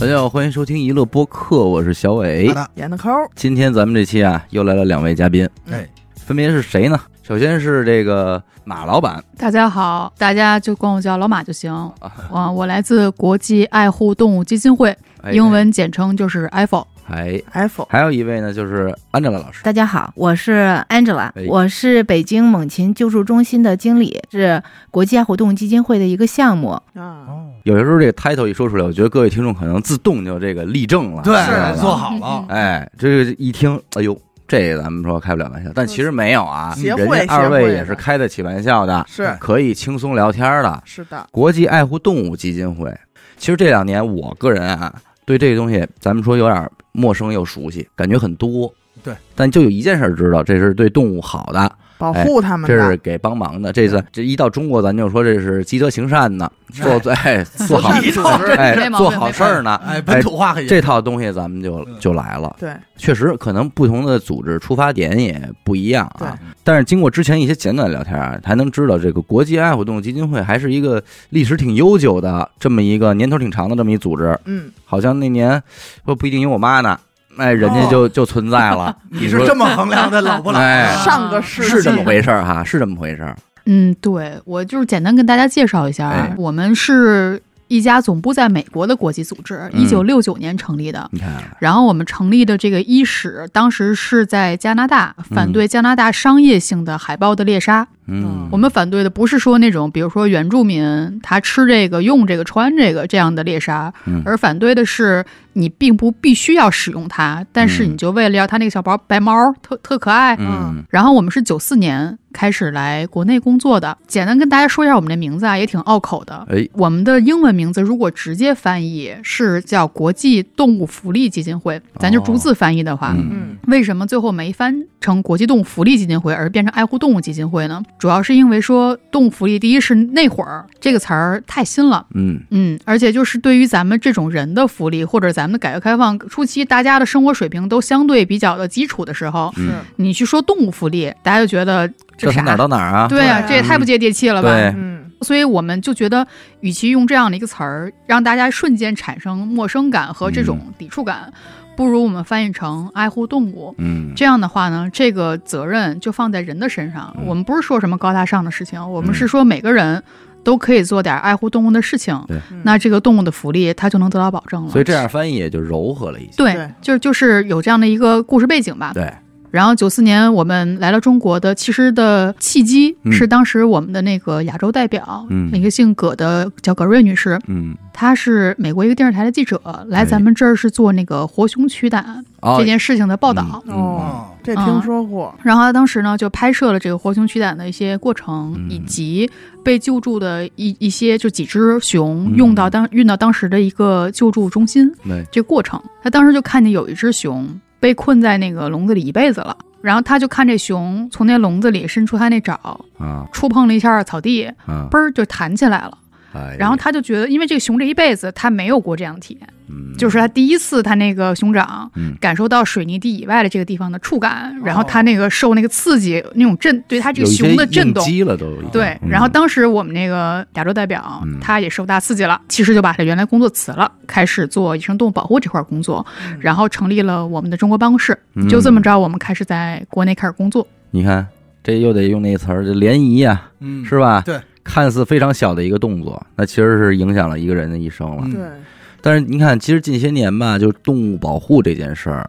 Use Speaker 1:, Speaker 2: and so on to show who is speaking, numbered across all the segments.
Speaker 1: 大家好，欢迎收听娱乐播客，我是小伟。
Speaker 2: 的，
Speaker 3: 演的抠儿，
Speaker 1: 今天咱们这期啊，又来了两位嘉宾，
Speaker 2: 哎，
Speaker 1: 分别是谁呢？首先是这个马老板，
Speaker 4: 大家好，大家就管我叫老马就行。
Speaker 1: 啊
Speaker 4: 我我来自国际爱护动物基金会，
Speaker 1: 哎
Speaker 4: 英文简称就是 IFO。
Speaker 1: 哎，
Speaker 3: F，
Speaker 1: 还有一位呢，就是安哲拉老师。
Speaker 5: 大家好，我是 Angela，、
Speaker 1: 哎
Speaker 5: 我是北京猛禽救助中心的经理，是国际爱护动物基金会的一个项目。
Speaker 3: 啊，
Speaker 2: 哦，
Speaker 1: 有些时候这个 title 一说出来，我觉得各位听众可能自动就这个立正了，
Speaker 2: 对
Speaker 1: 知道吧，
Speaker 2: 做好了，
Speaker 1: 哎，这个一听，哎呦，这咱们说开不了玩笑，但其实没有啊，
Speaker 3: 嗯协会
Speaker 1: 人家二位
Speaker 3: 协会
Speaker 1: 也是开得起玩笑的，
Speaker 3: 是
Speaker 1: 可以轻松聊天的。
Speaker 3: 是的，
Speaker 1: 国际爱护动物基金会，其实这两年我个人啊，对这个东西咱们说有点陌生又熟悉，感觉很多。
Speaker 2: 对，
Speaker 1: 但就有一件事儿知道，这是对动物好的，
Speaker 3: 保护他们
Speaker 1: 这是
Speaker 3: 的，
Speaker 1: 给帮忙的。这次这一到中国，咱就说这是积德行善呢，做对、哎、 做好
Speaker 3: 善
Speaker 2: 一
Speaker 3: 组
Speaker 2: 套
Speaker 3: 织
Speaker 1: 哎
Speaker 4: 没毛
Speaker 1: 做
Speaker 4: 病
Speaker 1: 好事儿呢。
Speaker 2: 哎，本土化很严
Speaker 1: 这套东西咱们就就来了，
Speaker 3: 对，
Speaker 1: 确实可能不同的组织出发点也不一样啊
Speaker 2: 对。
Speaker 1: 但是经过之前一些简短聊天啊，才能知道这个国际爱护动物基金会还是一个历史挺悠久的这么一个年头挺长的这么一组织，
Speaker 3: 嗯，
Speaker 1: 好像那年不不一定有我妈呢，哎，人家就、就存在了。
Speaker 2: 你是这么衡量的老不啊老？
Speaker 1: 哎
Speaker 3: 上个世
Speaker 1: 是
Speaker 3: 纪
Speaker 1: 这么回事儿、哈，是这么回事儿。
Speaker 4: 嗯，对我就是简单跟大家介绍一下，
Speaker 1: 哎
Speaker 4: 啊，我们是一家总部在美国的国际组织，
Speaker 1: 嗯
Speaker 4: 一九六九年成立的。
Speaker 1: 你看，
Speaker 4: 然后我们成立的这个伊始，当时是在加拿大反对加拿大商业性的海豹的猎杀。
Speaker 1: 嗯，
Speaker 4: 我们反对的不是说那种，比如说原住民他吃这个、用这个、穿这个这样的猎杀，
Speaker 1: 嗯
Speaker 4: 而反对的是你并不必须要使用它，但是
Speaker 1: 嗯
Speaker 4: 你就为了要它那个小白白猫，特特可爱。
Speaker 1: 嗯
Speaker 4: 然后我们是九四年开始来国内工作的，简单跟大家说一下我们这名字啊，也挺拗口的。
Speaker 1: 哎
Speaker 4: 我们的英文名字如果直接翻译是叫国际动物福利基金会，咱就逐字翻译的话，
Speaker 1: 哦嗯
Speaker 3: 嗯，
Speaker 4: 为什么最后没翻成国际动物福利基金会，而变成爱护动物基金会呢？主要是因为说动物福利，第一是那会儿这个词儿太新了。
Speaker 1: 嗯
Speaker 4: 嗯，而且就是对于咱们这种人的福利，或者咱们的改革开放初期，大家的生活水平都相对比较的基础的时候，
Speaker 1: 嗯
Speaker 3: 是，
Speaker 4: 你去说动物福利，大家就觉得
Speaker 1: 这从
Speaker 4: 啥？
Speaker 1: 哪儿到哪儿啊？
Speaker 4: 对啊，
Speaker 3: 对
Speaker 4: 这也太不接地气了吧！
Speaker 1: 对，
Speaker 3: 嗯，
Speaker 4: 所以我们就觉得，与其用这样的一个词儿让大家瞬间产生陌生感和这种
Speaker 1: 嗯
Speaker 4: 抵触感，不如我们翻译成爱护动物。
Speaker 1: 嗯，
Speaker 4: 这样的话呢，这个责任就放在人的身上。
Speaker 1: 嗯
Speaker 4: 我们不是说什么高大上的事情，我
Speaker 1: 嗯
Speaker 4: 们是说每个人都可以做点爱护动物的事情，
Speaker 3: 嗯
Speaker 4: 那这个动物的福利它就能得到保证了。
Speaker 1: 所以这样翻译也就柔和了一些。
Speaker 4: 啊对啊
Speaker 3: 对，
Speaker 4: 就就是有这样的一个故事背景吧。
Speaker 1: 对，
Speaker 4: 然后九四年我们来了中国的，其实的契机
Speaker 1: 嗯
Speaker 4: 是当时我们的那个亚洲代表，
Speaker 1: 嗯
Speaker 4: 那个姓葛的叫葛瑞女士，
Speaker 1: 嗯，
Speaker 4: 她是美国一个电视台的记者，来咱们这儿是做那个活熊取胆
Speaker 1: 哎哦，
Speaker 4: 这件事情的报道。
Speaker 1: 嗯
Speaker 3: 哦
Speaker 2: 哦，
Speaker 3: 这听说过，
Speaker 4: 然后她当时呢，就拍摄了这个活熊取胆的一些过程，
Speaker 1: 嗯
Speaker 4: 以及被救助的一一些就几只熊
Speaker 1: 嗯
Speaker 4: 用到当运到当时的一个救助中心。
Speaker 1: 对，
Speaker 4: 这过程，他当时就看见有一只熊被困在那个笼子里一辈子了，然后他就看这熊从那笼子里伸出它那爪，
Speaker 1: 啊
Speaker 4: 触碰了一下草地，
Speaker 1: 啊，
Speaker 4: 嘣儿就弹起来了。
Speaker 1: 哎
Speaker 4: 然后他就觉得，因为这个熊这一辈子他没有过这样的体验，
Speaker 1: 嗯
Speaker 4: 就是他第一次他那个熊掌
Speaker 1: 嗯
Speaker 4: 感受到水泥地以外的这个地方的触感，然后
Speaker 2: 哦
Speaker 4: 他那个受那个刺激那种震，对他这
Speaker 1: 有
Speaker 4: 个
Speaker 1: 一些
Speaker 4: 熊的震
Speaker 1: 应
Speaker 4: 动。
Speaker 1: 激了都已经。
Speaker 4: 对，
Speaker 1: 嗯
Speaker 4: 然后当时我们那个亚洲代表、
Speaker 1: 嗯
Speaker 4: 他也受大刺激了，其实就把他原来工作辞了，开始做野生动物保护这块工作，
Speaker 3: 嗯
Speaker 4: 然后成立了我们的中国办公室。
Speaker 1: 嗯
Speaker 4: 就这么着，我们开始在国内开始工作。
Speaker 1: 你看，这又得用那词儿，这涟漪啊，
Speaker 2: 嗯，
Speaker 1: 是吧？
Speaker 2: 对，
Speaker 1: 看似非常小的一个动作，那其实是影响了一个人的一生了。
Speaker 2: 嗯
Speaker 3: 对，
Speaker 1: 但是你看，其实近些年吧，就动物保护这件事儿，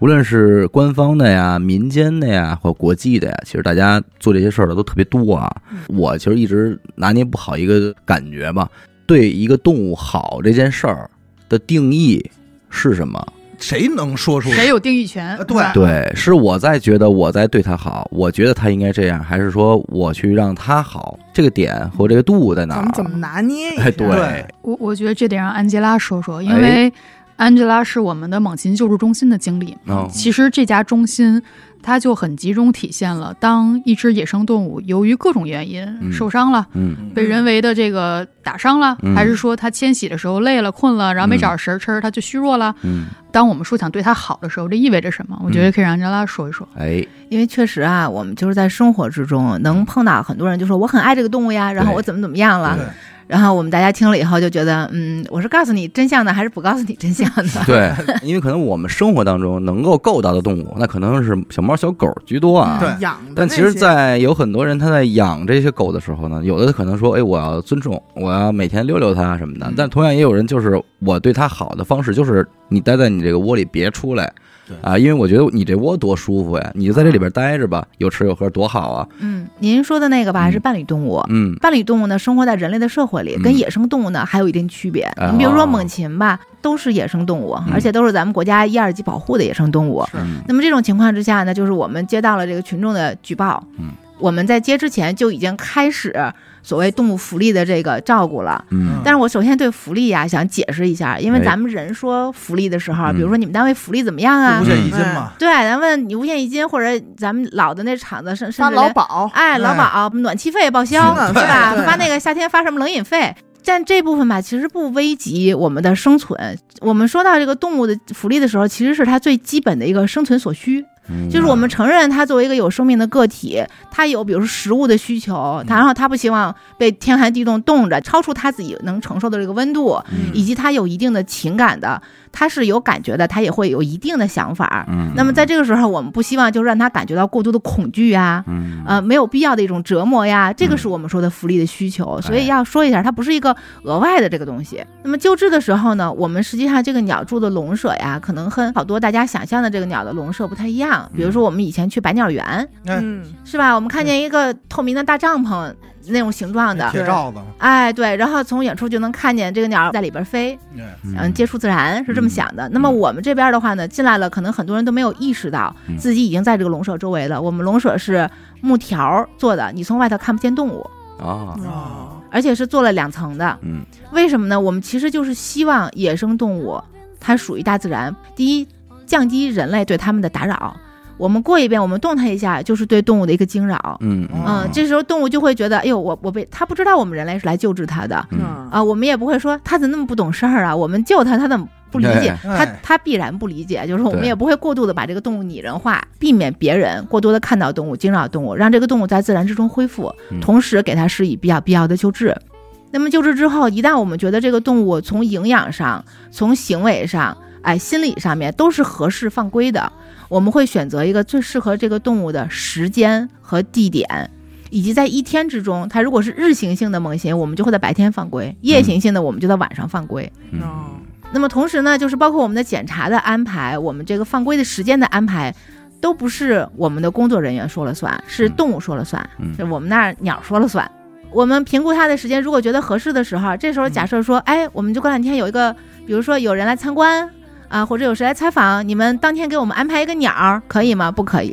Speaker 1: 无论是官方的呀、民间的呀，或国际的呀，其实大家做这些事儿的都特别多啊。
Speaker 4: 嗯
Speaker 1: 我其实一直拿捏不好一个感觉吧，对一个动物好这件事儿的定义是什么？
Speaker 2: 谁能说出？
Speaker 4: 谁有定义权？
Speaker 2: 呃对
Speaker 4: 是吧
Speaker 1: 对，是我在觉得我在对他好，我觉得他应该这样，还是说我去让他好？这个点和这个度在哪
Speaker 3: 咱
Speaker 1: 儿
Speaker 3: 们？怎么拿捏一下？啊
Speaker 1: 哎，对
Speaker 2: 对，
Speaker 4: 我我觉得这得让安吉拉说说，
Speaker 1: 哎
Speaker 4: 因为安吉拉是我们的猛禽救助中心的经理。
Speaker 1: 嗯
Speaker 4: 其实这家中心，它就很集中体现了，当一只野生动物由于各种原
Speaker 1: 嗯
Speaker 4: 因受伤了，
Speaker 1: 嗯
Speaker 4: 被人为的这个打伤了，
Speaker 1: 嗯
Speaker 4: 还是说它迁徙的时候累了、困了，然后没找着食儿吃，它就虚弱了？
Speaker 1: 嗯，
Speaker 4: 当我们说想对它好的时候，这意味着什么？我觉得可以让安吉拉说一说。
Speaker 1: 哎，
Speaker 5: 因为确实啊，我们就是在生活之中能碰到很多人，就说我很爱这个动物呀，然后我怎么怎么样了
Speaker 1: 对，
Speaker 5: 然后我们大家听了以后就觉得，嗯，我是告诉你真相呢，还是不告诉你真相呢？
Speaker 1: 对，因为可能我们生活当中能够够到的动物，那可能是小猫、小狗居多啊。
Speaker 2: 对
Speaker 3: 养的
Speaker 1: 但
Speaker 3: 那
Speaker 1: 其实，
Speaker 3: 些
Speaker 1: 在有很多人他在养这些狗的时候呢，有的可能说，哎，我要尊重，我要每天溜溜它什么的。
Speaker 5: 嗯
Speaker 1: 但同样也有人就是我对它好的方式就是你待在你这个窝里别出来，
Speaker 2: 对
Speaker 1: 啊，因为我觉得你这窝多舒服呀，你就在这里边待着吧，有吃有喝多好啊。
Speaker 5: 嗯，您说的那个吧
Speaker 1: 嗯
Speaker 5: 是伴侣动物，
Speaker 1: 嗯
Speaker 5: 伴侣动物呢生活在人类的社会里，
Speaker 1: 嗯
Speaker 5: 跟野生动物呢还有一定区别。
Speaker 1: 哦
Speaker 5: 你比如说猛禽吧，都是野生动物，而且都是咱们国家一二级保护的野生动物。
Speaker 2: 是
Speaker 1: 嗯
Speaker 5: 那么这种情况之下呢，就是我们接到了这个群众的举报，
Speaker 1: 嗯，
Speaker 5: 我们在接之前就已经开始所谓动物福利的这个照顾了。
Speaker 1: 嗯
Speaker 5: 但是我首先对福利呀、想解释一下，因为
Speaker 1: 哎
Speaker 5: 咱们人说福利的时候，
Speaker 1: 嗯
Speaker 5: 比如说你们单位福利怎么样啊
Speaker 2: 五？险一金嘛，
Speaker 5: 对，咱问你五险一金，或者咱们老的那厂子甚甚
Speaker 3: 发
Speaker 5: 至
Speaker 3: 劳
Speaker 5: 连
Speaker 3: 保，
Speaker 5: 哎，劳保、暖气费报销，
Speaker 3: 嗯
Speaker 5: 对啊吧？
Speaker 3: 对
Speaker 5: 发那个夏天发什么冷饮费？但这部分吧，其实不危及我们的生存。我们说到这个动物的福利的时候，其实是它最基本的一个生存所需，
Speaker 1: 嗯
Speaker 5: 就是我们承认它作为一个有生命的个体，它有比如说食物的需求，
Speaker 1: 嗯
Speaker 5: 它然后它不希望被天寒地冻冻着，超出它自己能承受的这个温度，
Speaker 1: 嗯
Speaker 5: 以及它有一定的情感的，它是有感觉的，它也会有一定的想法。
Speaker 1: 嗯，
Speaker 5: 那么在这个时候，我们不希望就让它感觉到过度的恐惧啊，
Speaker 1: 嗯
Speaker 5: 呃，没有必要的一种折磨呀，这个是我们说的福利的需求，所以要说一下，它不是一个额外的这个东西。那么救治的时候呢，我们实际上这个鸟住的笼舍呀，可能和好多大家想象的这个鸟的笼舍不太一样。比如说我们以前去百鸟园，
Speaker 2: 哎，
Speaker 3: 嗯，
Speaker 5: 是吧？我们看见一个透明的大帐篷那种形状的，
Speaker 2: 铁罩子，
Speaker 5: 哎，对，然后从远处就能看见这个鸟在里边飞，
Speaker 2: 哎
Speaker 5: 嗯，接触自然是这么想的。那么我们这边的话呢，进来了，可能很多人都没有意识到
Speaker 1: 嗯
Speaker 5: 自己已经在这个笼舍周围了。我们笼舍是木条做的，你从外头看不见动物，
Speaker 1: 啊，
Speaker 3: 哦，
Speaker 5: 而且是做了两层的。
Speaker 1: 嗯
Speaker 5: 为什么呢？我们其实就是希望野生动物它属于大自然，第一，降低人类对它们的打扰。我们过一遍，我们动它一下，就是对动物的一个惊扰。
Speaker 1: 嗯
Speaker 5: 嗯，这时候动物就会觉得，哎呦，我我被它不知道我们人类是来救治它的，
Speaker 1: 嗯
Speaker 5: 啊，我们也不会说他怎么那么不懂事儿啊，我们救他，他怎么不理解？
Speaker 2: 哎
Speaker 5: 他
Speaker 2: 哎
Speaker 5: 他必然不理解，就是说我们
Speaker 1: 对
Speaker 5: 也不会过度的把这个动物拟人化，避免别人过多的看到动物、惊扰动物，让这个动物在自然之中恢复
Speaker 1: 嗯，
Speaker 5: 同时给它施以比较必要的救治。那么救治之后，一旦我们觉得这个动物从营养上、从行为上、哎心理上面都是合适犯规的，我们会选择一个最适合这个动物的时间和地点，以及在一天之中，它如果是日行性的猛禽，我们就会在白天犯规；夜行性的，我们就在晚上犯规。
Speaker 1: 嗯
Speaker 5: 那么同时呢，就是包括我们的检查的安排，我们这个犯规的时间的安排，都不是我们的工作人员说了算，是动物说了算，
Speaker 1: 嗯
Speaker 5: 是我们那儿鸟说了算。我们评估它的时间，如果觉得合适的时候，这时候假设说，哎，我们就过两天有一个，比如说有人来参观啊，或者有谁来采访，你们当天给我们安排一个鸟儿，可以吗？不可以，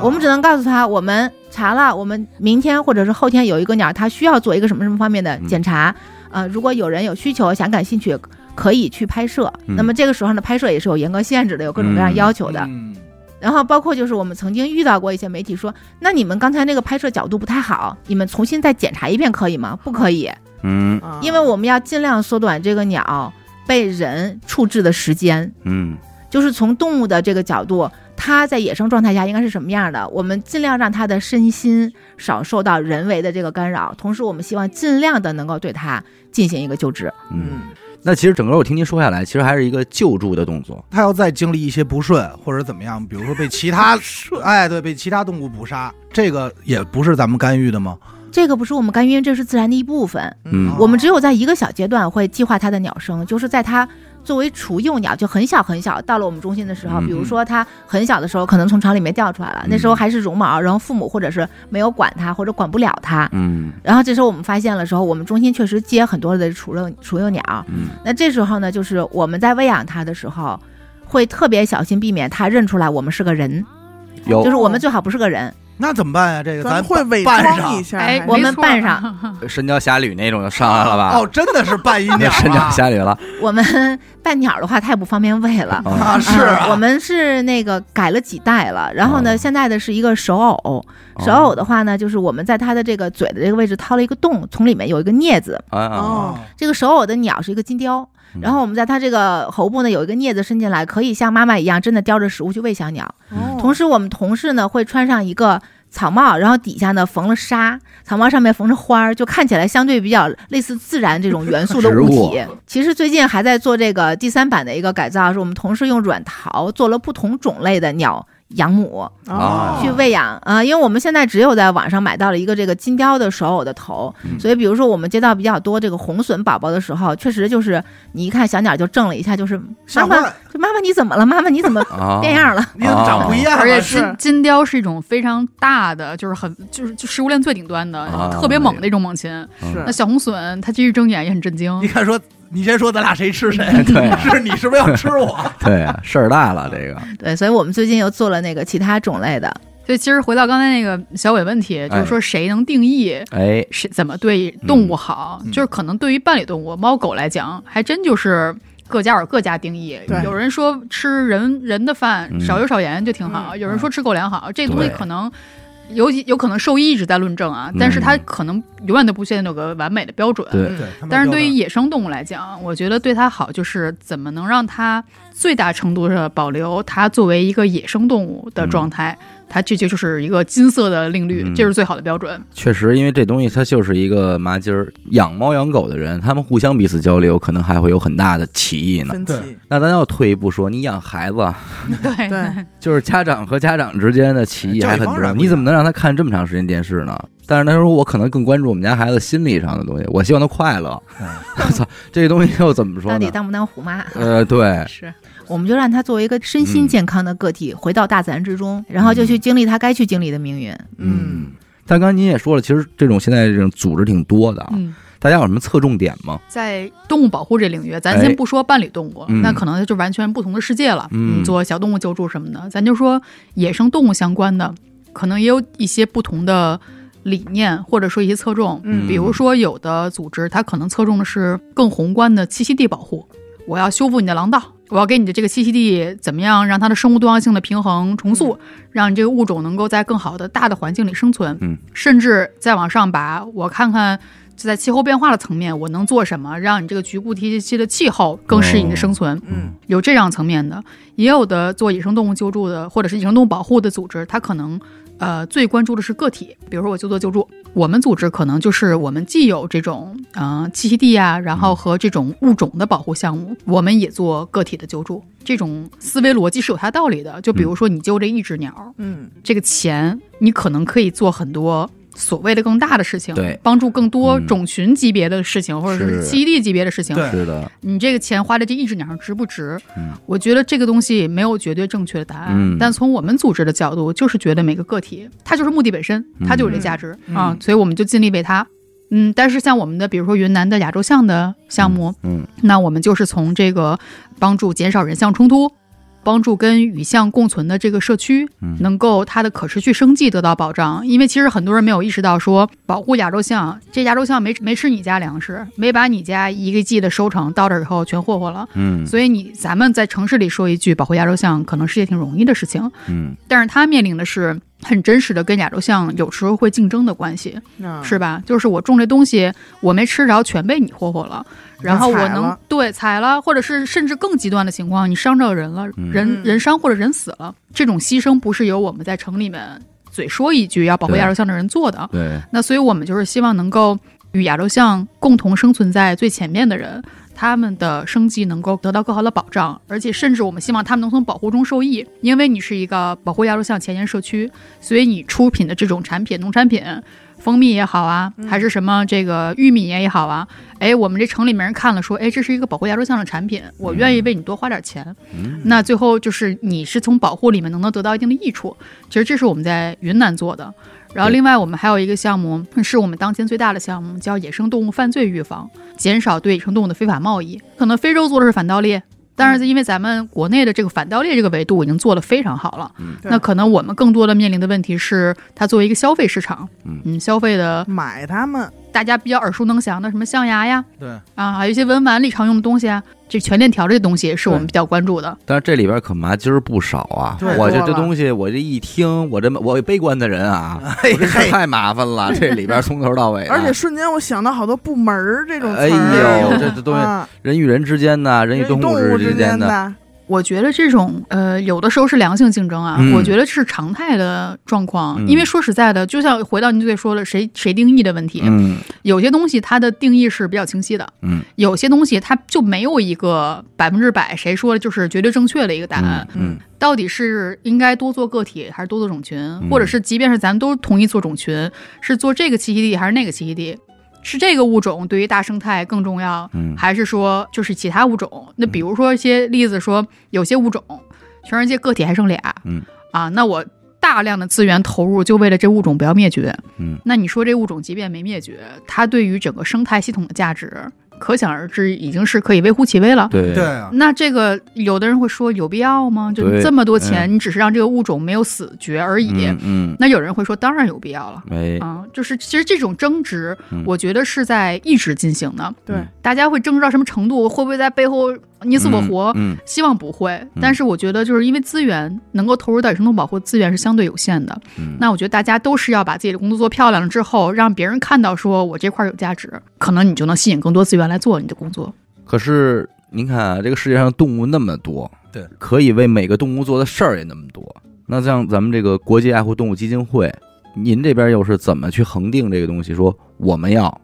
Speaker 5: 我们只能告诉他，我们查了，我们明天或者是后天有一个鸟，它需要做一个什么什么方面的检查。呃，如果有人有需求，想感兴趣，可以去拍摄。
Speaker 1: 嗯
Speaker 5: 那么这个时候呢，拍摄也是有严格限制的，有各种各样
Speaker 1: 嗯
Speaker 5: 要求的。
Speaker 2: 嗯
Speaker 5: 然后包括就是我们曾经遇到过一些媒体说，那你们刚才那个拍摄角度不太好，你们重新再检查一遍可以吗？不可以，
Speaker 1: 嗯
Speaker 3: 啊
Speaker 5: 因为我们要尽量缩短这个鸟被人处置的时间。
Speaker 1: 嗯
Speaker 5: 就是从动物的这个角度，它在野生状态下应该是什么样的？我们尽量让它的身心少受到人为的这个干扰，同时我们希望尽量的能够对它进行一个救治。
Speaker 1: 嗯。那其实整个我听您说下来，其实还是一个救助的动作。
Speaker 2: 他要再经历一些不顺或者怎么样，比如说被其 他，哎，对，被其他动物捕杀，这个也不是咱们干预的吗？啊
Speaker 5: 这个不是我们干预，这是自然的一部分。
Speaker 1: 嗯
Speaker 5: 我们只有在一个小阶段会计划它的鸟生，就是在它作为雏幼鸟就很小很小，到了我们中心的时候，
Speaker 1: 嗯
Speaker 5: 比如说它很小的时候，可能从巢里面掉出来了，那时候
Speaker 1: 嗯
Speaker 5: 还是绒毛，然后父母或者是没有管它，或者管不了它，
Speaker 1: 嗯
Speaker 5: 然后这时候我们发现了时候，我们中心确实接很多的雏幼雏幼鸟。
Speaker 1: 嗯
Speaker 5: 那这时候呢，就是我们在喂养它的时候，会特别小心避免它认出来我们是个人，
Speaker 2: 哦
Speaker 1: 有
Speaker 5: 就是我们最好不是个人。
Speaker 2: 那怎么办呀？这个
Speaker 3: 咱们
Speaker 2: 咱
Speaker 3: 会伪
Speaker 2: 扮
Speaker 3: 装
Speaker 2: 上
Speaker 3: 一下，
Speaker 4: 哎，
Speaker 3: 还
Speaker 5: 啊我们
Speaker 4: 没错
Speaker 5: 扮上，
Speaker 1: 《神雕侠侣》那种就上来了吧？
Speaker 2: 哦，真的是扮一
Speaker 1: 啊那
Speaker 2: 鸟
Speaker 1: 《神雕
Speaker 2: 啊
Speaker 1: 侠侣》了。
Speaker 5: 我们扮鸟的话太不方便喂了。
Speaker 1: 啊
Speaker 2: 啊， 是
Speaker 5: 嗯我们是那个改了几代了，然后
Speaker 1: 哦
Speaker 5: 呢，现在的是一个手
Speaker 2: 哦
Speaker 5: 偶，手偶的话呢，就是我们在它的这个嘴的这个位置掏了一个洞，从里面有一个镊子，
Speaker 1: 啊啊
Speaker 3: 哦，
Speaker 5: 这个手偶的鸟是一个金雕
Speaker 1: 嗯，
Speaker 5: 然后我们在它这个喉部呢有一个镊子伸进
Speaker 3: 哦
Speaker 5: 来，可以像妈妈一样真的叼着食物去喂小鸟。
Speaker 1: 嗯
Speaker 5: 同
Speaker 3: 时
Speaker 5: 时，我们同事呢会穿上一个草帽，然后底下呢缝了纱，草帽上面缝着花儿，就看起来相对比较类似自然这种元素的
Speaker 1: 植物
Speaker 5: 物体。其实最近还在做这个第三版的一个改造，是我们同事用软陶做了不同种类的鸟养母
Speaker 3: 哦
Speaker 1: 啊
Speaker 5: 去喂养啊、因为我们现在只有在网上买到了一个这个金雕的手偶的头，
Speaker 1: 嗯
Speaker 5: 所以比如说我们接到比较多这个红隼宝宝的时候，确实就是你一看小鸟就怔了一下，就是妈
Speaker 2: 吓
Speaker 5: 妈，
Speaker 2: 坏，
Speaker 5: 就妈妈你怎么了？ 妈妈你怎么
Speaker 1: 啊，
Speaker 5: 变样了？
Speaker 2: 你怎么长不一样
Speaker 4: 哦而
Speaker 2: 了？
Speaker 3: 啊
Speaker 4: 且
Speaker 2: 是
Speaker 4: 金金雕是一种非常大的，就是很就是就食物链最顶端的，
Speaker 1: 啊
Speaker 4: 特别猛的一种猛禽。
Speaker 1: 嗯
Speaker 4: 那小红隼它其实睁眼也很震惊，
Speaker 2: 你看说，你先说咱俩谁吃谁？
Speaker 1: 对啊
Speaker 2: 是你是不是要吃我？
Speaker 1: 对啊，事儿大了这个，
Speaker 5: 对，所以我们最近又做了那个其他种类的，
Speaker 4: 所以其实回到刚才那个小伟问题，就是说谁能定义
Speaker 1: 哎，
Speaker 4: 谁怎么对动物好？
Speaker 2: 嗯
Speaker 4: 就是可能对于伴侣动物，猫狗来讲，还真就是各家有各家定义。
Speaker 3: 对
Speaker 4: 有人说吃人人的饭，
Speaker 1: 嗯
Speaker 4: 少油少盐就挺好；
Speaker 3: 嗯
Speaker 4: 有人说吃狗粮好，这东西
Speaker 1: 对
Speaker 4: 可能。有有可能兽医一直在论证啊，
Speaker 1: 嗯
Speaker 4: 但是它可能永远都不限定有个完美的标准。
Speaker 1: 对
Speaker 2: 对，他们
Speaker 4: 但是
Speaker 2: 标
Speaker 4: 对于
Speaker 2: 准
Speaker 4: 野生动物来讲，我觉得对它好就是怎么能让它最大程度的保留它作为一个野生动物
Speaker 2: 嗯
Speaker 4: 的状态，它这就就是一个金色的令律，
Speaker 1: 嗯
Speaker 4: 这是最好的标准。
Speaker 1: 确实，因为这东西它就是一个麻筋儿。养猫养狗的人，他们互相彼此交流，可能还会有很大的歧义呢。
Speaker 3: 分
Speaker 2: 对
Speaker 3: 歧，
Speaker 1: 那咱要退一步说，你养孩子，
Speaker 4: 对
Speaker 3: 对，
Speaker 1: 就是家长和家长之间的歧义还很
Speaker 2: 教育方式
Speaker 1: 多，
Speaker 2: 还不一样
Speaker 1: 你怎么能让他看这么长时间电视呢？但是他说我可能更关注我们家孩子心理上的东西，我希望他快乐。我 操，这东西又怎么说
Speaker 5: 到底
Speaker 1: 呢？
Speaker 5: 当不当虎妈？
Speaker 1: 呃，对，
Speaker 4: 是
Speaker 5: 我们就让它作为一个身心健康的个体、回到大自然之中，然后就去经历它该去经历的命运。
Speaker 1: 嗯。但刚才您也说了，其实这种现在这种组织挺多的啊，
Speaker 4: 嗯。
Speaker 1: 大家有什么侧重点吗？
Speaker 4: 在动物保护这领域，咱
Speaker 1: 哎
Speaker 4: 先不说伴侣动物，
Speaker 1: 嗯
Speaker 4: 那可能就完全不同的世界了。
Speaker 1: 嗯
Speaker 4: 做小动物救助什么的，咱就说野生动物相关的，可能也有一些不同的理念，或者说一些侧重。
Speaker 3: 嗯
Speaker 4: 比如说有的组织，它可能侧重的是更宏观的栖息地保护，我要修复你的廊道。我要给你的这个栖息地怎么样让它的生物多样性的平衡重塑，让你这个物种能够在更好的大的环境里生存。
Speaker 1: 嗯，
Speaker 4: 甚至再往上拔，我看看就在气候变化的层面，我能做什么让你这个局部地区的气候更适应你的生存？
Speaker 3: 嗯
Speaker 4: 有这样层面的，也有的做野生动物救助的，或者是野生动物保护的组织，它可能呃最关注的是个体，比如说我就做救助，我们组织可能就是我们既有这种呃栖息地啊，然后和这种物种的保护项目，我们也做个体的救助，这种思维逻辑是有它道理的。就比如说你救这一只鸟，
Speaker 3: 嗯，
Speaker 4: 这个钱你可能可以做很多所谓的更大的事情，
Speaker 1: 对
Speaker 4: 帮助更多
Speaker 1: 嗯
Speaker 4: 种群级别的事情，或者是
Speaker 1: 是
Speaker 4: 栖息地级别的事情。
Speaker 2: 对
Speaker 1: 是的，
Speaker 4: 你这个钱花在这一只鸟上值不值？
Speaker 1: 嗯
Speaker 4: 我觉得这个东西没有绝对正确的答案，
Speaker 1: 嗯
Speaker 4: 但从我们组织的角度，就是觉得每个个体它就是目的本身，它就有这价值、
Speaker 3: 嗯
Speaker 4: 啊，所以我们就尽力为它。嗯，但是像我们的，比如说云南的亚洲象的项目，
Speaker 1: 嗯
Speaker 4: 那我们就是从这个帮助减少人象冲突，帮助跟与象共存的这个社区
Speaker 1: 嗯，
Speaker 4: 能够它的可持续生计得到保障。因为其实很多人没有意识到说，保护亚洲象，这亚洲象没没吃你家粮食，没把你家一个季的收成到这儿以后全霍霍了。
Speaker 1: 嗯
Speaker 4: 所以你咱们在城市里说一句保护亚洲象，可能是件挺容易的事情，
Speaker 1: 嗯，
Speaker 4: 但是它面临的是很真实的跟亚洲象有时候会竞争的关系。
Speaker 3: 那
Speaker 4: 是吧？就是我种这东西，我没吃着，全被你霍霍了。然后我
Speaker 3: 采
Speaker 4: 能
Speaker 3: 了
Speaker 4: 对采了，或者是甚至更极端的情况，你伤着人了，
Speaker 1: 嗯
Speaker 3: 嗯
Speaker 4: 人人伤或者人死了，这种牺牲不是由我们在城里面嘴说一句要保护
Speaker 1: 对
Speaker 4: 亚洲象的人做的。
Speaker 1: 对，
Speaker 4: 那所以我们就是希望能够与亚洲象共同生存在最前面的人，他们的生计能够得到更好的保障，而且甚至我们希望他们能从保护中受益，因为你是一个保护亚洲象前沿社区，所以你出品的这种产品，农产品。蜂蜜也好啊，还是什么这个玉米也好啊，哎，我们这城里面人看了说，哎，这是一个保护亚洲象的产品，我愿意为你多花点钱。
Speaker 1: 嗯
Speaker 4: 那最后就是你是从保护里面能够得到一定的益处，其实这是我们在云南做的。然后，
Speaker 1: 对
Speaker 4: 另外我们还有一个项目，是我们当前最大的项目，叫野生动物犯罪预防，减少对野生动物的非法贸易。可能非洲做的是反盗猎，但是因为咱们国内的这个反盗猎这个维度已经做得非常好了，
Speaker 1: 嗯
Speaker 4: 那可能我们更多的面临的问题是，它作为一个消费市场，
Speaker 1: 嗯
Speaker 4: 消费的
Speaker 3: 买它们，
Speaker 4: 大家比较耳熟能详的什么象牙呀，
Speaker 2: 对，
Speaker 4: 啊，还有一些文玩里常用的东西啊，这全链条这东西是我们
Speaker 1: 对
Speaker 4: 比较关注的。
Speaker 1: 但是这里边可麻筋儿不少啊！
Speaker 3: 对
Speaker 1: 我这
Speaker 3: 多
Speaker 1: 这
Speaker 3: 了
Speaker 1: 东西，我这一听，我这我悲观的人啊，
Speaker 2: 嘿
Speaker 1: 我这事儿
Speaker 2: 哎嘿，
Speaker 1: 太麻烦 了，这里边从头到尾的，
Speaker 3: 哎
Speaker 1: 啊
Speaker 3: 而且瞬间我想到好多部门儿这种词
Speaker 1: 哎哎呦
Speaker 3: 儿，
Speaker 1: 这这东西
Speaker 3: 啊
Speaker 1: 人与人之间的，人与
Speaker 3: 人与
Speaker 1: 动物
Speaker 3: 物
Speaker 1: 之
Speaker 3: 间
Speaker 1: 的，
Speaker 3: 的，
Speaker 4: 我觉得这种呃，有的时候是良性竞争啊，
Speaker 1: 嗯
Speaker 4: 我觉得是常态的状况。
Speaker 1: 嗯
Speaker 4: 因为说实在的，就像回到您最说的，谁谁定义的问题，
Speaker 1: 嗯
Speaker 4: 有些东西它的定义是比较清晰的，
Speaker 1: 嗯，
Speaker 4: 有些东西它就没有一个百分之百谁说的就是绝对正确的一个答案。
Speaker 1: 嗯
Speaker 4: 到底是应该多做个体，还是多做种群，
Speaker 1: 嗯
Speaker 4: 或者是即便是咱们都同意做种群，是做这个栖息地还是那个栖息地？是这个物种对于大生态更重要，
Speaker 1: 嗯
Speaker 4: 还是说就是其他物种？那比如说一些例子说，有些物种全世界个体还剩俩，
Speaker 1: 嗯
Speaker 4: 啊，那我大量的资源投入就为了这物种不要灭绝，
Speaker 1: 嗯，
Speaker 4: 那你说这物种即便没灭绝，它对于整个生态系统的价值，可想而知，已经是可以微乎其微了。
Speaker 1: 对
Speaker 2: 对啊，
Speaker 4: 那这个有的人会说有必要吗？就
Speaker 1: 对
Speaker 4: 这么多钱，你只是让这个物种没有死绝而已。
Speaker 1: 嗯嗯，哎
Speaker 4: 那有人会说，当然有必要了。
Speaker 1: 没
Speaker 4: 啊，就是其实这种争执
Speaker 1: 嗯，
Speaker 4: 我觉得是在一直进行的。
Speaker 3: 对，
Speaker 4: 大家会争执到什么程度？会不会在背后你
Speaker 1: 你
Speaker 4: 死我活？
Speaker 1: 嗯
Speaker 4: 希望不会，但是我觉得就是因为资源能够投入到野生动物保护资源是相对有限的。
Speaker 1: 嗯，
Speaker 4: 那我觉得大家都是要把自己的工作做漂亮了之后，让别人看到说我这块儿有价值，可能你就能吸引更多资源来做你的工作。
Speaker 1: 可是您看啊，这个世界上动物那么多，
Speaker 2: 对，
Speaker 1: 可以为每个动物做的事儿也那么多。那像咱们这个国际爱护动物基金会，您这边又是怎么去恒定这个东西？说我们要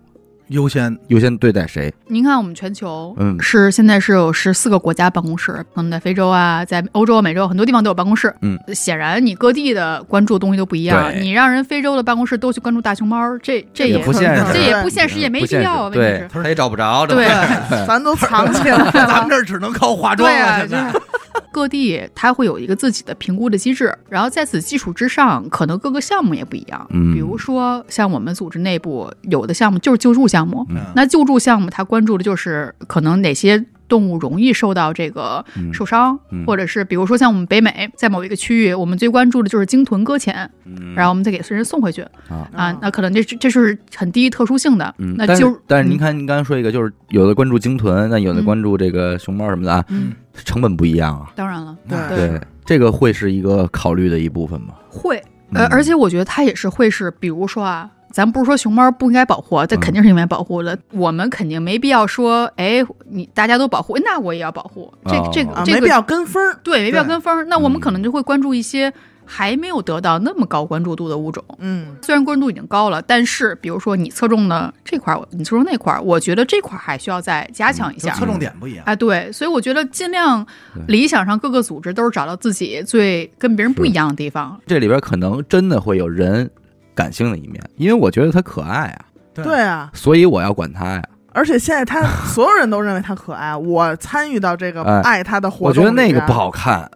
Speaker 2: 优先
Speaker 1: 优先对待谁？
Speaker 4: 您看，我们全球
Speaker 1: 嗯
Speaker 4: 是现在是有十四个国家办公室，可能在非洲啊，在欧洲、美洲很多地方都有办公室。
Speaker 1: 嗯，
Speaker 4: 显然你各地的关注的东西都不一样。
Speaker 1: 对
Speaker 4: 你让人非洲的办公室都去关注大熊猫，这这
Speaker 1: 也
Speaker 4: 也
Speaker 1: 不现实，
Speaker 4: 这也不
Speaker 1: 不
Speaker 4: 现实，也没必要啊。问题
Speaker 1: 对
Speaker 4: 是，，
Speaker 1: 他也找不着。这
Speaker 4: 对
Speaker 1: 不
Speaker 3: 咱都藏起 来
Speaker 5: 啊
Speaker 2: 咱们
Speaker 3: 了。
Speaker 2: 这儿只能靠化妆
Speaker 4: 对
Speaker 2: 了，
Speaker 4: 啊，
Speaker 2: 现在
Speaker 4: 就是各地它会有一个自己的评估的机制，然后在此基础之上，可能各个项目也不一样。
Speaker 1: 嗯
Speaker 4: 比如说像我们组织内部有的项目就是救助项目，
Speaker 2: 嗯
Speaker 4: 那救助项目它关注的就是可能哪些动物容易受到这个
Speaker 1: 嗯
Speaker 4: 受伤，
Speaker 1: 嗯
Speaker 4: 或者是比如说像我们北美，在某一个区域，我们最关注的就是鲸豚搁浅，
Speaker 1: 嗯
Speaker 4: 然后我们再给人送回去
Speaker 1: 啊
Speaker 3: 嗯
Speaker 4: 啊，那可能这这是很低特殊性的，
Speaker 1: 嗯，
Speaker 4: 那
Speaker 1: 但
Speaker 4: 就是
Speaker 1: 但是您
Speaker 4: 嗯
Speaker 1: 看，您刚才说一个，就是有的关注鲸豚，那有的
Speaker 4: 嗯
Speaker 1: 关注这个熊猫什么的啊，
Speaker 4: 嗯，
Speaker 1: 成本不一样啊。
Speaker 4: 当然了，
Speaker 2: 那
Speaker 4: 对
Speaker 1: 对，这个会是一个考虑的一部分吗？
Speaker 4: 会，呃，
Speaker 1: 嗯
Speaker 4: 而且我觉得它也是会是，比如说啊。咱不是说熊猫不应该保护啊，这
Speaker 1: 嗯
Speaker 4: 肯定是应该保护的。我们肯定没必要说，哎，你大家都保护，那我也要保护。这
Speaker 1: 哦
Speaker 4: 这个
Speaker 3: 啊，
Speaker 4: 这
Speaker 3: 没
Speaker 4: 个
Speaker 3: 必要跟风儿。
Speaker 4: 对，没必要
Speaker 2: 对
Speaker 4: 跟风儿。那我们可能
Speaker 1: 嗯
Speaker 4: 就会关注一些还没有得到那么高关注度的物种。
Speaker 3: 嗯，
Speaker 4: 虽然关注度已经高了，但是比如说你侧重的这块儿，你侧重那块儿，我觉得这块儿还需要再加
Speaker 1: 嗯
Speaker 4: 强一
Speaker 2: 就
Speaker 4: 下。
Speaker 2: 侧重点不一样。
Speaker 4: 啊，对，所以我觉得尽量
Speaker 1: 对
Speaker 4: 理想上各个组织都是找到自己最跟别人不
Speaker 1: 是
Speaker 4: 一样的地方。
Speaker 1: 这里边可能真的会有人感性的一面，因为我觉得它可爱啊，
Speaker 3: 对啊，
Speaker 1: 所以我要管它呀。
Speaker 3: 而且现在 他所有人都认为他可爱，我参与到这个
Speaker 1: 哎
Speaker 3: 爱他的活
Speaker 1: 我
Speaker 3: 动
Speaker 1: 觉
Speaker 3: 里
Speaker 1: 得
Speaker 3: 边，
Speaker 1: 那个不好看，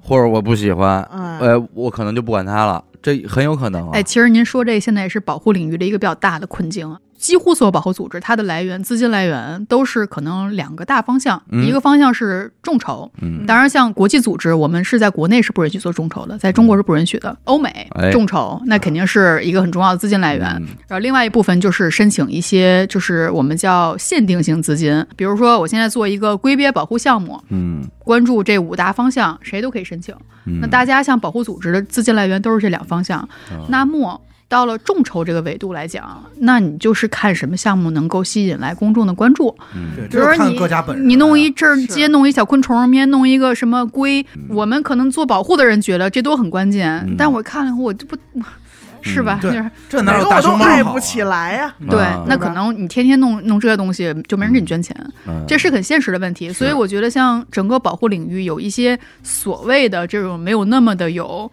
Speaker 1: 或者我不喜欢，
Speaker 3: 哎。
Speaker 1: 呃，我可能就不管它了，这很有可能啊。
Speaker 4: 哎，其实您说这现在也是保护领域的一个比较大的困境啊。几乎所有保护组织，它的来源、资金来源都是可能两个大方向，
Speaker 1: 嗯
Speaker 4: 一个方向是众筹，
Speaker 1: 嗯
Speaker 4: 当然像国际组织，我们是在国内是不允许做众筹的，在中国是不允许的。欧美
Speaker 1: 哎
Speaker 4: 众筹那肯定是一个很重要的资金来源，
Speaker 1: 嗯
Speaker 4: 然后另外一部分就是申请一些就是我们叫限定性资金，比如说我现在做一个龟鳖保护项目，
Speaker 1: 嗯，
Speaker 4: 关注这五大方向，谁都可以申请。那大
Speaker 1: 家
Speaker 4: 家像保护组织的资金来源都是这两方向。
Speaker 1: 嗯
Speaker 4: 那么到了众筹这个维度来讲，那你就是看什么项目能够吸引来公众的关注。
Speaker 1: 嗯
Speaker 2: 对，
Speaker 4: 比
Speaker 2: 这
Speaker 4: 如
Speaker 2: 就
Speaker 4: 说
Speaker 2: 看
Speaker 4: 你
Speaker 2: 各家本事了。
Speaker 4: 你弄一阵
Speaker 3: 是
Speaker 4: 街，弄一小昆虫，明天弄一个什么龟，我们可能做保护的人觉得这都很关键
Speaker 1: 嗯，
Speaker 4: 但我看了我就不。 是吧？
Speaker 2: 对
Speaker 4: 就是
Speaker 2: 这哪
Speaker 3: 哪
Speaker 2: 有
Speaker 3: 个
Speaker 2: 大
Speaker 3: 哎我都
Speaker 2: 熊猫
Speaker 3: 爱
Speaker 2: 好啊
Speaker 3: 不起来呀、
Speaker 1: 嗯
Speaker 4: 对
Speaker 1: 啊，
Speaker 4: 那可能你天天弄弄这个东西，就没人给你捐钱，
Speaker 1: 嗯
Speaker 4: 这是很现实的问题。所以我觉得，像整个保护领域有一些所谓的这种没有那么的有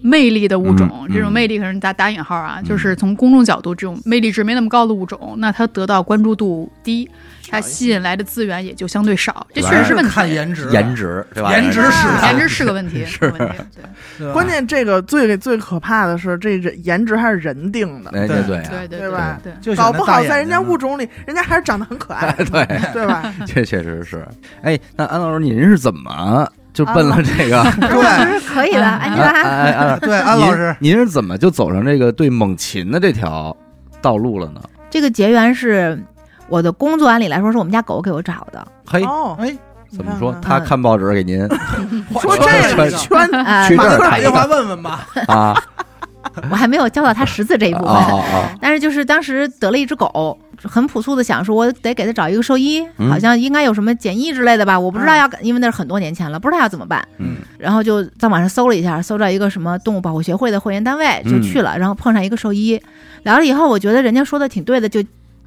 Speaker 4: 魅力的物种，
Speaker 1: 嗯嗯
Speaker 4: 这种魅力可能打打引号啊，就是从公众角度这种魅力值没那么高的物种，那它得到关注度低，它吸引来的资源也就相对少，这确实是问题。
Speaker 2: 看颜值，
Speaker 1: 颜，值对吧？
Speaker 2: 颜值是
Speaker 3: 啊
Speaker 4: 颜值是个问题，是个问题。
Speaker 2: 啊
Speaker 3: 关键这个最最可怕的是，这人颜值还是人定的，
Speaker 1: 哎，对对啊，
Speaker 4: 对对
Speaker 3: 对吧？
Speaker 4: 对，
Speaker 2: 就
Speaker 3: 搞不好在人家 物种里，人家还是长得很可爱
Speaker 1: 对，
Speaker 3: 对吧？
Speaker 1: 这确实是。哎，那安老师，您是怎么就奔了这个？
Speaker 5: 安
Speaker 1: 嗯
Speaker 5: 老师可以 了，安
Speaker 1: 安
Speaker 5: 吉拉。
Speaker 1: 安安老师
Speaker 2: 啊对安老师，
Speaker 1: 您您是怎么就走上这个对猛禽的这条道路了呢？
Speaker 5: 这个结缘是我的工作，按理来说是我们家狗给我找 的。
Speaker 1: 嘿，
Speaker 3: 哦，嗯
Speaker 2: 哎，
Speaker 1: 怎么说？
Speaker 3: 你看看
Speaker 1: 他看报纸给您
Speaker 3: 说这个圈子
Speaker 5: 呃
Speaker 1: 去，这
Speaker 2: 马
Speaker 1: 儿
Speaker 2: 克打
Speaker 1: 看一
Speaker 2: 电话
Speaker 1: 看
Speaker 2: 问问吧。
Speaker 1: 啊
Speaker 5: 我还没有教到它识字这一
Speaker 1: 啊
Speaker 5: 部分。
Speaker 1: 啊啊！
Speaker 5: 但是就是当时得了一只狗，很朴素的想说，我得给他找一个兽医，
Speaker 1: 嗯
Speaker 5: 好像应该有什么检疫之类的吧，我不知道
Speaker 3: 嗯
Speaker 5: 要，因为那是很多年前了，不知道要怎么办。
Speaker 1: 嗯
Speaker 5: 然后就在网上搜了一下，搜到一个什么动物保护协会的会员单位，就
Speaker 1: 嗯
Speaker 5: 去了，然后碰上一个兽医，聊了以后，我觉得人家说的挺对的，就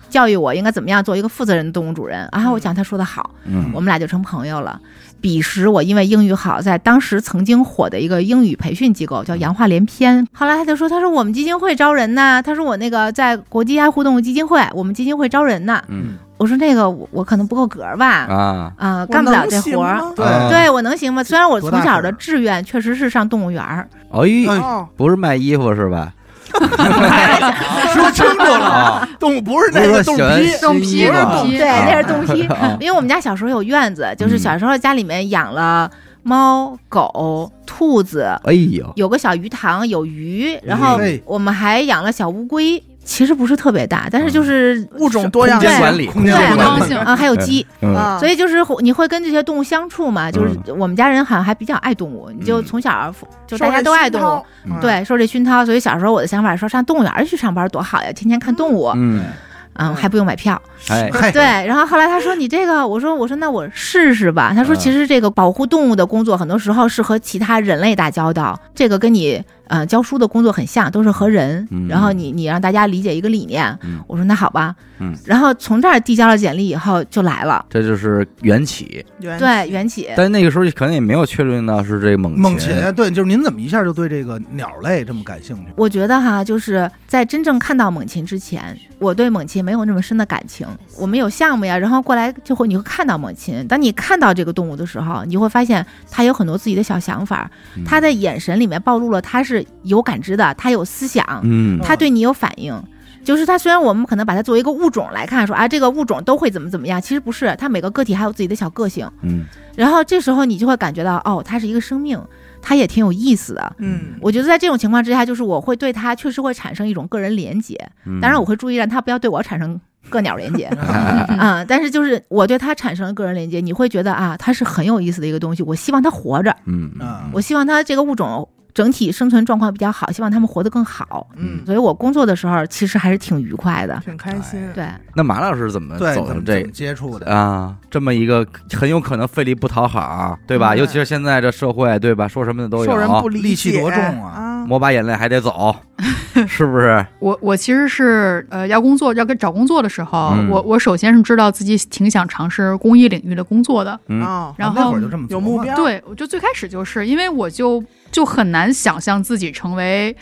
Speaker 5: 教育我应该怎么样做一个负责任的动物主人。啊，我想他说的好，
Speaker 1: 嗯
Speaker 5: 我们俩就成朋友了。彼时我因为英语好，在当时曾经火的一个英语培训机构叫洋话连
Speaker 2: 嗯
Speaker 5: 篇。后来他就说：“他说我们基金会招人呢，他说我那个在国际爱护动物基金会，我们基金会招人呢。
Speaker 1: 嗯”
Speaker 5: 我说：“那个我我可能不够格儿吧，啊、
Speaker 1: 啊，
Speaker 5: 干不了这活儿。
Speaker 3: 儿
Speaker 2: 嗯对
Speaker 1: 啊
Speaker 5: 对我能行吗？虽然我
Speaker 2: 多
Speaker 5: 从
Speaker 2: 大事
Speaker 5: 小
Speaker 2: 儿啊
Speaker 5: 的志愿确实是上动物园儿，
Speaker 1: 哎，
Speaker 3: 哦，
Speaker 1: 不是卖衣服是吧？
Speaker 2: 说清楚了，
Speaker 1: 啊，
Speaker 2: 动物不是
Speaker 1: 不
Speaker 2: 那
Speaker 1: 是
Speaker 2: 个
Speaker 1: 说
Speaker 2: 动
Speaker 1: 喜欢
Speaker 2: 物皮，
Speaker 4: 动
Speaker 1: 新衣
Speaker 4: 批
Speaker 1: 服
Speaker 2: 不是
Speaker 1: 啊
Speaker 2: 动
Speaker 4: 批
Speaker 5: 对，那是 洞批。
Speaker 1: 啊
Speaker 5: 因为我们家小时候有院子，就是
Speaker 2: 嗯
Speaker 5: 小时候家里面养了猫、狗、兔子，
Speaker 1: 哎呦，
Speaker 5: 有个小鱼塘，有鱼，然后
Speaker 2: 嘿
Speaker 5: 我们还养了小乌龟，其实不是特别大，但是就是
Speaker 3: 物种多样
Speaker 1: 空
Speaker 3: 性
Speaker 1: 间管理，
Speaker 2: 空间
Speaker 5: 对
Speaker 2: 管
Speaker 4: 刚
Speaker 2: 理
Speaker 4: 性，
Speaker 5: 啊，还有鸡，
Speaker 1: 嗯，
Speaker 3: 啊，
Speaker 5: 所以就是你会跟这些动物相处嘛，就是我们家人好像还比较爱动物，你就
Speaker 1: 嗯
Speaker 5: 从小就
Speaker 3: 受
Speaker 5: 大家
Speaker 3: 人
Speaker 5: 都爱
Speaker 3: 熏
Speaker 5: 动物
Speaker 3: 陶，，
Speaker 1: 嗯
Speaker 5: 对，受这熏陶，所以小时候我的想法是说上动物园去上班多好呀，天天看动物，
Speaker 1: 嗯，
Speaker 5: 嗯，还不用买票，
Speaker 1: 哎，
Speaker 2: 嘿，
Speaker 5: 对，然后后来他说你这个，我说我说那我试试吧。他说
Speaker 1: 嗯
Speaker 5: 其实这个保护动物的工作，很多时候是和其他人类打交道，这个跟你呃教书的工作很像，都是和人
Speaker 1: 嗯。
Speaker 5: 然后你你让大家理解一个理念
Speaker 1: 嗯。
Speaker 5: 我说那好吧
Speaker 1: 嗯。
Speaker 5: 然后从这儿递交了简历以后就来了，
Speaker 1: 这就是缘起，
Speaker 3: 原
Speaker 5: 对，缘起。
Speaker 1: 但那个时候可能也没有确定到是这猛
Speaker 2: 猛禽
Speaker 1: 禽，，
Speaker 2: 对，就是您怎么一下就对这个鸟类这么感兴趣？
Speaker 5: 我觉得哈，就是在真正看到猛禽之前，我对猛禽没有那么深的感情。我们有项目呀，然后过来就会你会看到猛禽。当你看到这个动物的时候，你就会发现它有很多自己的小想法，
Speaker 1: 嗯
Speaker 5: 它的眼神里面暴露了它是有感知的，它有思想，
Speaker 1: 嗯
Speaker 5: 它对你有反应。就是它虽然我们可能把它作为一个物种来看，说啊这个物种都会怎么怎么样，其实不是，它每个个体还有自己的小个性。
Speaker 1: 嗯
Speaker 5: 然后这时候你就会感觉到，哦，它是一个生命，它也挺有意思的。
Speaker 3: 嗯，
Speaker 5: 我觉得在这种情况之下，就是我会对它确实会产生一种个人连结，
Speaker 1: 嗯，
Speaker 5: 当然我会注意让它不要对我产生个鸟连结
Speaker 1: 哎
Speaker 5: 啊、但是就是我对它产生了个人连结，你会觉得啊，它是很有意思的一个东西，我希望它活着，
Speaker 1: 嗯
Speaker 2: 嗯
Speaker 5: 我希望它这个物种整体生存状况比较好，希望它们活得更好。
Speaker 3: 嗯，
Speaker 5: 所以我工作的时候其实还是挺愉快的，
Speaker 3: 挺开
Speaker 1: 哎
Speaker 3: 心，
Speaker 5: 对。
Speaker 1: 那马老师怎么
Speaker 2: 对，
Speaker 1: 走
Speaker 2: 怎
Speaker 1: 上
Speaker 2: 么
Speaker 1: 这
Speaker 2: 怎么接触的？
Speaker 1: 啊，这么一个很有可能费力不讨好，对
Speaker 4: 嗯
Speaker 1: 吧？
Speaker 3: 对
Speaker 1: 尤其是现在这社会，对吧？说什么的都
Speaker 3: 受人不
Speaker 1: 有，
Speaker 3: 理解，
Speaker 2: 戾气多重啊
Speaker 3: 啊！
Speaker 1: 抹把眼泪还得 走，是不是？
Speaker 4: 我我其实是呃要工作要跟找工作的时候，
Speaker 1: 嗯
Speaker 4: 我我首先是知道自己挺想尝试公益领域的工作的，
Speaker 1: 嗯
Speaker 3: 哦
Speaker 4: 然
Speaker 2: 啊那
Speaker 4: 后
Speaker 2: 会儿就这么琢磨
Speaker 3: 有目标，，
Speaker 4: 对，我就最开始就是因为我就就很难想象自己成为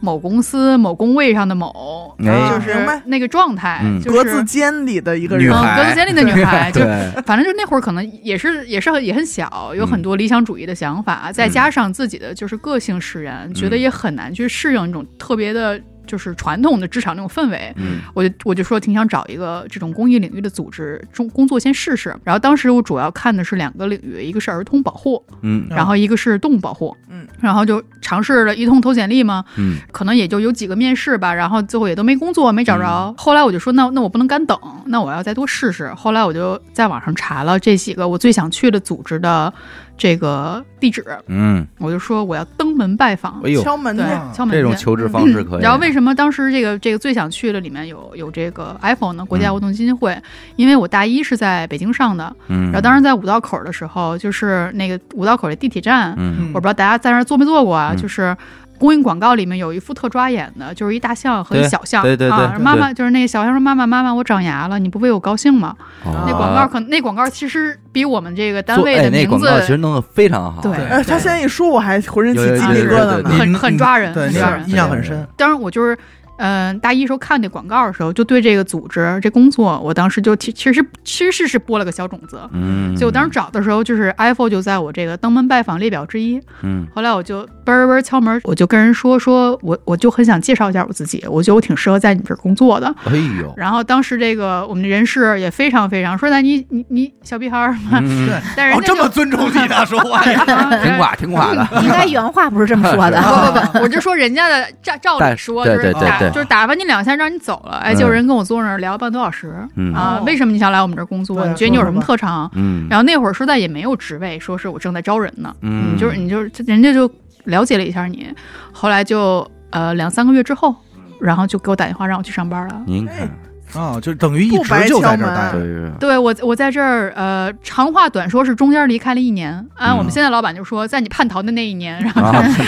Speaker 4: 某公司某工位上的某，
Speaker 1: 哎
Speaker 4: 就
Speaker 3: 明白
Speaker 4: 是那个状态，
Speaker 1: 嗯
Speaker 4: 就是
Speaker 3: 格子间里的一个
Speaker 1: 女
Speaker 3: 人，
Speaker 1: 孩
Speaker 4: 嗯格子间里的女孩，就
Speaker 1: 哎对，
Speaker 4: 反正就那会儿可能也是也是很也很小，有
Speaker 1: 嗯
Speaker 4: 很多理想主义的想法，再加上自己的就是个性使然，觉
Speaker 1: 嗯
Speaker 4: 得也很难去适应一种特别的，就是传统的职场那种氛围。
Speaker 1: 嗯
Speaker 4: 我就我就说挺想找一个这种公益领域的组织中工作先试试。然后当时我主要看的是两个领域，一个是儿童保护，
Speaker 1: 嗯
Speaker 4: 然后一个是动物保护。
Speaker 3: 嗯，
Speaker 4: 然后就尝试了一通投简历嘛，
Speaker 1: 嗯
Speaker 4: 可能也就有几个面试吧，然后最后也都没工作，没找着。后来我就说，那那我不能干等，那我要再多试试。后来我就在网上查了这几个我最想去的组织的这个地址，
Speaker 1: 嗯，
Speaker 4: 我就说我要登门拜访，
Speaker 1: 哎呦，
Speaker 3: 敲门
Speaker 4: 对
Speaker 3: 的，
Speaker 2: 嗯，
Speaker 4: 敲门
Speaker 1: 这种
Speaker 4: 去
Speaker 1: 求职方式可以。
Speaker 4: 嗯然后为什么当时这个这个最想去的里面有有这个 iPhone
Speaker 1: 嗯
Speaker 4: 呢？国家活动基金会，因为我大一是在北京上的，
Speaker 1: 嗯，
Speaker 4: 然后当时在五道口的时候，就是那个五道口的地铁站，
Speaker 1: 嗯
Speaker 4: 我不知道大家在那儿做没做过啊，
Speaker 1: 嗯
Speaker 4: 就是。公益广告里面有一副特抓眼的，就是一大象和一
Speaker 1: 对
Speaker 4: 小象，
Speaker 1: 对对对
Speaker 4: 啊，
Speaker 1: 对
Speaker 4: 妈妈就是那个小象说：“妈妈，妈妈，我长牙了，你不为我高兴吗？”
Speaker 1: 那
Speaker 4: 那广告可能那广告其实比我们这个单位
Speaker 1: 哦啊哎
Speaker 4: 的
Speaker 1: 那
Speaker 4: 名
Speaker 1: 广
Speaker 4: 字，
Speaker 1: 告其实弄得非常好。
Speaker 4: 对
Speaker 3: 哎，他现在一说，我还浑身起鸡皮疙瘩
Speaker 1: 有有有有有有
Speaker 3: 呢
Speaker 1: 有。
Speaker 4: 很
Speaker 2: 你
Speaker 4: 很抓人
Speaker 2: 对，
Speaker 1: 很
Speaker 2: 你
Speaker 1: 抓
Speaker 2: 印
Speaker 1: 人
Speaker 2: 印象很深。
Speaker 4: 当然我就是。嗯，大一时候看那广告的时候，就对这个组织、这工作，我当时就其其实其实是播了个小种子。
Speaker 1: 嗯，
Speaker 4: 所以我当时找的时候，就是 iPhone 就在我这个登门拜访列表之一。
Speaker 1: 嗯
Speaker 4: 后来我就嘣儿嘣儿敲门，我就跟人说，说我我就很想介绍一下我自己，我觉得我挺适合在你这儿工作的。
Speaker 1: 哎呦，
Speaker 4: 然后当时这个我们的人事也非常非常说，那你你你小屁孩儿嘛，
Speaker 1: 嗯
Speaker 2: 对
Speaker 4: 但人
Speaker 2: 哦，
Speaker 4: 家
Speaker 2: 这
Speaker 4: 就
Speaker 2: 么尊重你的说话 呀？
Speaker 4: 啊
Speaker 1: 挺垮挺垮的。
Speaker 5: 应该原话不是这 么说的，
Speaker 1: 啊
Speaker 4: 不不不，我就说人家的照照
Speaker 1: 但
Speaker 4: 理说，就
Speaker 1: 对
Speaker 4: 是
Speaker 1: 对
Speaker 2: 对
Speaker 4: 打
Speaker 2: 对
Speaker 4: 就是打发你两下，让你走了。哎，
Speaker 1: 嗯
Speaker 4: 就有人跟我坐那儿聊半多小时
Speaker 1: 嗯
Speaker 4: 啊
Speaker 3: 哦，
Speaker 4: 为什么你想来我们这儿工作？
Speaker 3: 对
Speaker 4: 你觉得你有什么
Speaker 3: 说吧
Speaker 4: 特长？
Speaker 1: 嗯，
Speaker 4: 然后那会儿说在也没有职位，说是我正在招人呢，
Speaker 1: 嗯
Speaker 4: 你就是你就是人家就了解了一下你，
Speaker 1: 嗯
Speaker 4: 后来就呃两三个月之后，然后就给我打电话让我去上班了。
Speaker 1: 您看，
Speaker 2: 啊，就等于一
Speaker 3: 不白
Speaker 2: 直就在这儿
Speaker 3: 敲门
Speaker 2: 待
Speaker 4: 哎
Speaker 2: 着。
Speaker 1: 对，
Speaker 4: 对我，我在这儿，呃，长话短说，是中间离开了一年。啊按我
Speaker 2: 嗯
Speaker 4: 们现在老板就说，在你叛逃的那一年，然后
Speaker 1: 啊，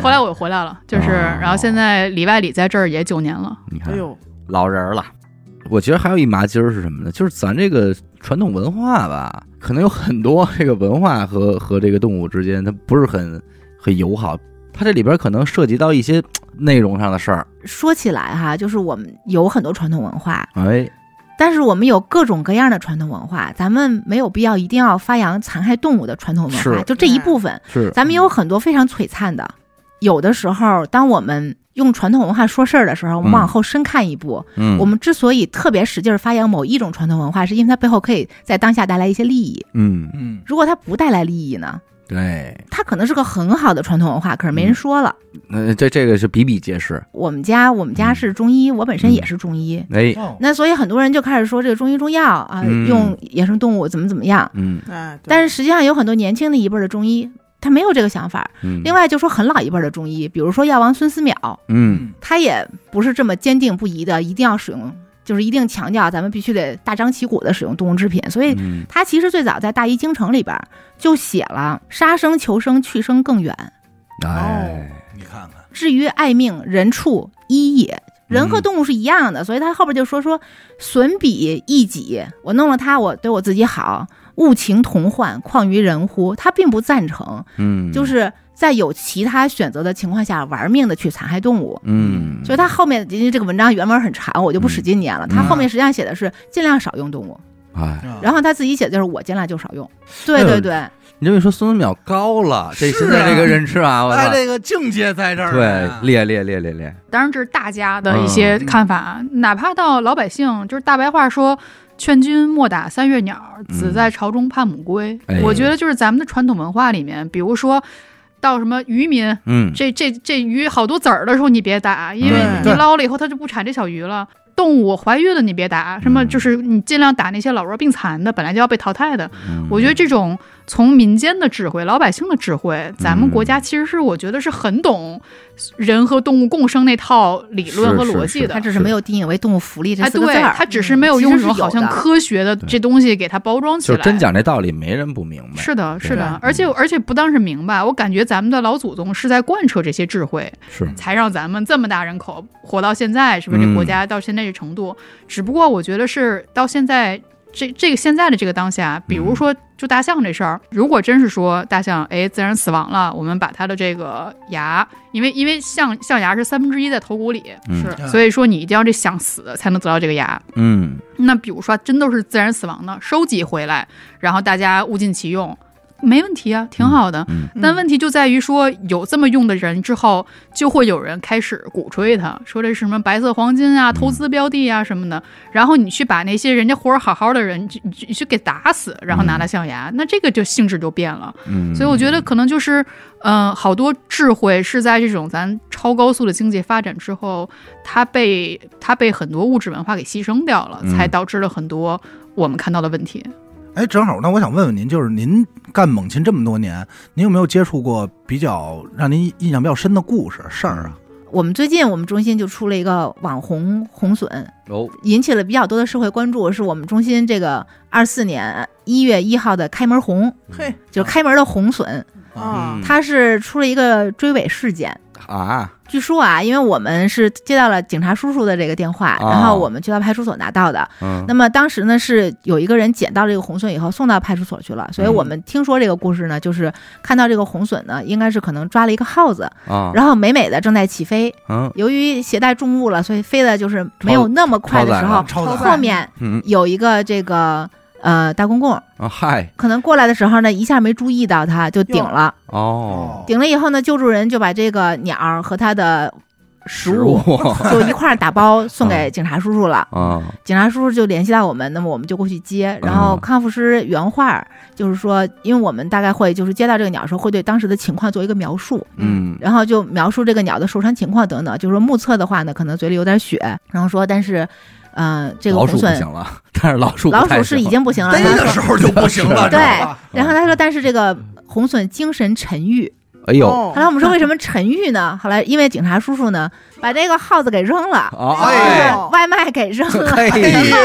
Speaker 4: 后来我又回来了，就是，
Speaker 1: 哦
Speaker 4: 然后现在里外里在这儿也九年了。
Speaker 1: 你看
Speaker 3: 哎，呦，
Speaker 1: 老人儿了。我觉得还有一麻筋儿是什么呢？就是咱这个传统文化吧，可能有很多这个文化和和这个动物之间，它不是很很友好。它这里边可能涉及到一些内容上的事儿。
Speaker 5: 说起来哈，就是我们有很多传统文化，
Speaker 1: 哎，
Speaker 5: 但是我们有各种各样的传统文化，咱们没有必要一定要发扬残害动物的传统文化，
Speaker 1: 是
Speaker 5: 就这一部分，
Speaker 1: 是
Speaker 5: 咱们有很多非常璀璨的。有的时候，当我们用传统文化说事儿的时候，我们
Speaker 1: 嗯
Speaker 5: 往后深看一步，
Speaker 1: 嗯，
Speaker 5: 我们之所以特别使劲儿发扬某一种传统文化，是因为它背后可以在当下带来一些利益。
Speaker 1: 嗯，
Speaker 2: 嗯，
Speaker 5: 如果它不带来利益呢，
Speaker 1: 对，
Speaker 5: 它可能是个很好的传统文化，可是
Speaker 1: 嗯
Speaker 5: 没人说了。
Speaker 1: 那这这个是比比皆是。
Speaker 5: 我们家我
Speaker 1: 嗯
Speaker 5: 们家是中医，我本身也是中医，
Speaker 1: 哎，
Speaker 2: 哦
Speaker 5: 那所以很多人就开始说这个中医中药啊，
Speaker 1: 嗯
Speaker 5: 用野生动物怎么怎么样。
Speaker 1: 嗯
Speaker 3: 哎，对
Speaker 5: 但是实际上有很多年轻的一辈儿的中医，他没有这个想法。
Speaker 1: 嗯，
Speaker 5: 另外就说很老一辈儿的中医，比如说药王孙思邈，
Speaker 1: 嗯，
Speaker 5: 他也不是这么坚定不移的，一定要使用，就是一定强调咱们必须得大张旗鼓的使用动物制品。所以
Speaker 1: 嗯，
Speaker 5: 他其实最早在《大医精诚》里边儿就写了“杀生求生，去生更远。哦
Speaker 1: 哎，
Speaker 2: 嗯你看看，
Speaker 5: 至于爱命，人畜一也。”人和
Speaker 1: 嗯
Speaker 5: 动物是一样的，所以他后边就说说损彼益己，我弄了它，我对我自己好，物情同患，况于人乎？他并不赞成，
Speaker 1: 嗯，
Speaker 5: 就是在有其他选择的情况下，玩命的去残害动物。
Speaker 1: 嗯，
Speaker 5: 所以他后面因为这个文章原文很长，我就不使劲念了。他
Speaker 1: 嗯
Speaker 5: 后面实际上写的是尽量少用动物，
Speaker 1: 哎，
Speaker 4: 嗯
Speaker 2: 然
Speaker 5: 然后他自己写的就是我尽量就少用。对
Speaker 1: 哎呦
Speaker 5: 对对，
Speaker 1: 你这么一说，孙子淼高了，这
Speaker 2: 是
Speaker 1: 现
Speaker 2: 啊
Speaker 1: 在这个认知啊，我
Speaker 2: 哎，
Speaker 1: 操，
Speaker 2: 这个境界在
Speaker 5: 啊
Speaker 2: 这儿呢。
Speaker 1: 对，列列列列列，
Speaker 4: 当然，这是大家的一些
Speaker 1: 嗯
Speaker 4: 看法，啊哪怕到老百姓，就是大白话说“劝君莫打三月鸟，
Speaker 1: 嗯
Speaker 4: 子在巢中怕母归”
Speaker 1: 哎
Speaker 4: 我觉得就是咱们的传统文化里面，比如说到什么渔民，
Speaker 1: 嗯，
Speaker 4: 这这这鱼好多籽儿的时候你别打，因为
Speaker 1: 嗯
Speaker 4: 你
Speaker 2: 对
Speaker 4: 捞了以后它就不产这小鱼了。动物怀孕了你别打，什么
Speaker 1: 嗯
Speaker 4: 就是你尽量打那些老弱病残的，本来就要被淘汰的。
Speaker 1: 嗯
Speaker 4: 我觉得这种从民间的智慧、老百姓的智
Speaker 1: 嗯
Speaker 4: 慧，咱们国家其实是我觉得是很懂人和动物共生那套理论和逻辑的
Speaker 5: 他。只是没有定义为动物福利这
Speaker 4: 哎，
Speaker 5: 四个字
Speaker 4: 对
Speaker 5: 儿，，嗯
Speaker 4: 他只是没有用一
Speaker 5: 其实
Speaker 4: 种
Speaker 5: 是有
Speaker 4: 好像
Speaker 5: 的
Speaker 4: 科学的
Speaker 1: 对
Speaker 4: 这东西给它包装起
Speaker 1: 就
Speaker 4: 来。
Speaker 1: 是真讲这道理，没人不明白。
Speaker 4: 是的，是
Speaker 1: 对
Speaker 4: 的
Speaker 1: 吧，
Speaker 4: 而且而且不当是明白，我感觉咱们的老祖宗是在贯彻这些智慧，
Speaker 1: 是
Speaker 4: 才让咱们这么大人口活到现在，是不
Speaker 1: 嗯
Speaker 4: 是？这国家到现在这程度，只不过我觉得是到现在这这个现在的这个当下，比
Speaker 1: 嗯
Speaker 4: 如说就大象这事儿，如果真是说大象哎自然死亡了，我们把它的这个牙，因为因为象象牙是三分之一在头骨里，
Speaker 1: 嗯
Speaker 4: 是，所以说你一定要这象死才能得到这个牙，
Speaker 1: 嗯，
Speaker 4: 那比如说，真都是自然死亡的，收集回来，然后大家物尽其用，没问题啊，挺好的。
Speaker 1: 嗯
Speaker 4: 但问题就在于说，有这么用的人之后，就会有人开始鼓吹他，说这是什么白色黄金
Speaker 1: 嗯
Speaker 4: 啊、投资标的啊什么的。然后你去把那些人家活儿好好的人，你去你去你去给打死，然后拿来象牙，那这个就性质就变了。
Speaker 1: 嗯，
Speaker 4: 所以我觉得可能就是，嗯、好多智慧是在这种咱超高速的经济发展之后，它被它被很多物质文化给牺牲掉了，
Speaker 1: 嗯
Speaker 4: 才导致了很多我们看到的问题。
Speaker 2: 哎，正好，那我想问问您，就是您干猛禽这么多年，您有没有接触过比较让您印象比较深的故事事儿啊？
Speaker 5: 我们最近我们中心就出了一个网红红隼，
Speaker 1: 哦，
Speaker 5: 引起了比较多的社会关注，是我们中心这个二四年一月一号的开门红，
Speaker 3: 嘿
Speaker 5: 就是开门的红隼，
Speaker 3: 啊
Speaker 1: 啊嗯，
Speaker 5: 它是出了一个追尾事件。
Speaker 1: 啊，
Speaker 5: 据说啊，因为我们是接到了警察叔叔的这个电话，
Speaker 1: 哦
Speaker 5: 然后我们就到派出所拿到的。
Speaker 1: 嗯，
Speaker 5: 那么当时呢，是有一个人捡到这个红隼以后送到派出所去
Speaker 1: 嗯
Speaker 5: 了，所以我们听说这个故事呢，就是看到这个红隼呢，应该是可能抓了一个耗子，
Speaker 1: 啊，
Speaker 5: 然后美美的正在起飞，
Speaker 1: 嗯
Speaker 5: 由于携带重物了，所以飞的就是没有那么快的时候，
Speaker 2: 超载了超载了
Speaker 5: 后面
Speaker 1: 嗯
Speaker 5: 有一个这个呃大公公，
Speaker 1: 啊，嗨，
Speaker 5: 可能过来的时候呢，一下没注意到他，就顶了，
Speaker 1: 哦，
Speaker 5: 顶了以后呢，救助人就把这个鸟儿和它的食
Speaker 1: 食
Speaker 5: 物
Speaker 1: 物
Speaker 5: 就一块儿打包送给警察叔叔了。
Speaker 1: 啊，
Speaker 5: 警察叔叔就联系到我们，那么我们就过去接。然后
Speaker 1: 嗯
Speaker 5: 康复师原话儿就是说，因为我们大概会就是接到这个鸟的时候，会对当时的情况做一个描述，
Speaker 1: 嗯
Speaker 5: 然后就描述这个鸟的受伤情况等等，就是说目测的话呢，可能嘴里有点血，然后说但是，呃，这个
Speaker 1: 老
Speaker 5: 红
Speaker 1: 鼠不
Speaker 5: 隼
Speaker 1: 行了， 但是老鼠不
Speaker 5: 老
Speaker 1: 太
Speaker 5: 鼠是已
Speaker 1: 行
Speaker 5: 经不行了，
Speaker 2: 逮
Speaker 5: 然后
Speaker 2: 的
Speaker 5: 说
Speaker 2: 时候就不行了，
Speaker 1: 嗯
Speaker 5: 对
Speaker 2: 知道吧
Speaker 5: 然后他说但是这个红隼精神沉郁，
Speaker 1: 哎呦，
Speaker 3: 哦
Speaker 5: 后来我们说为什么沉郁呢？后来因为警察叔叔呢，把这个耗子给扔了，
Speaker 1: 哦
Speaker 2: 哎
Speaker 1: 哎，
Speaker 3: 呦
Speaker 5: 外卖给扔了。
Speaker 1: 哎呦，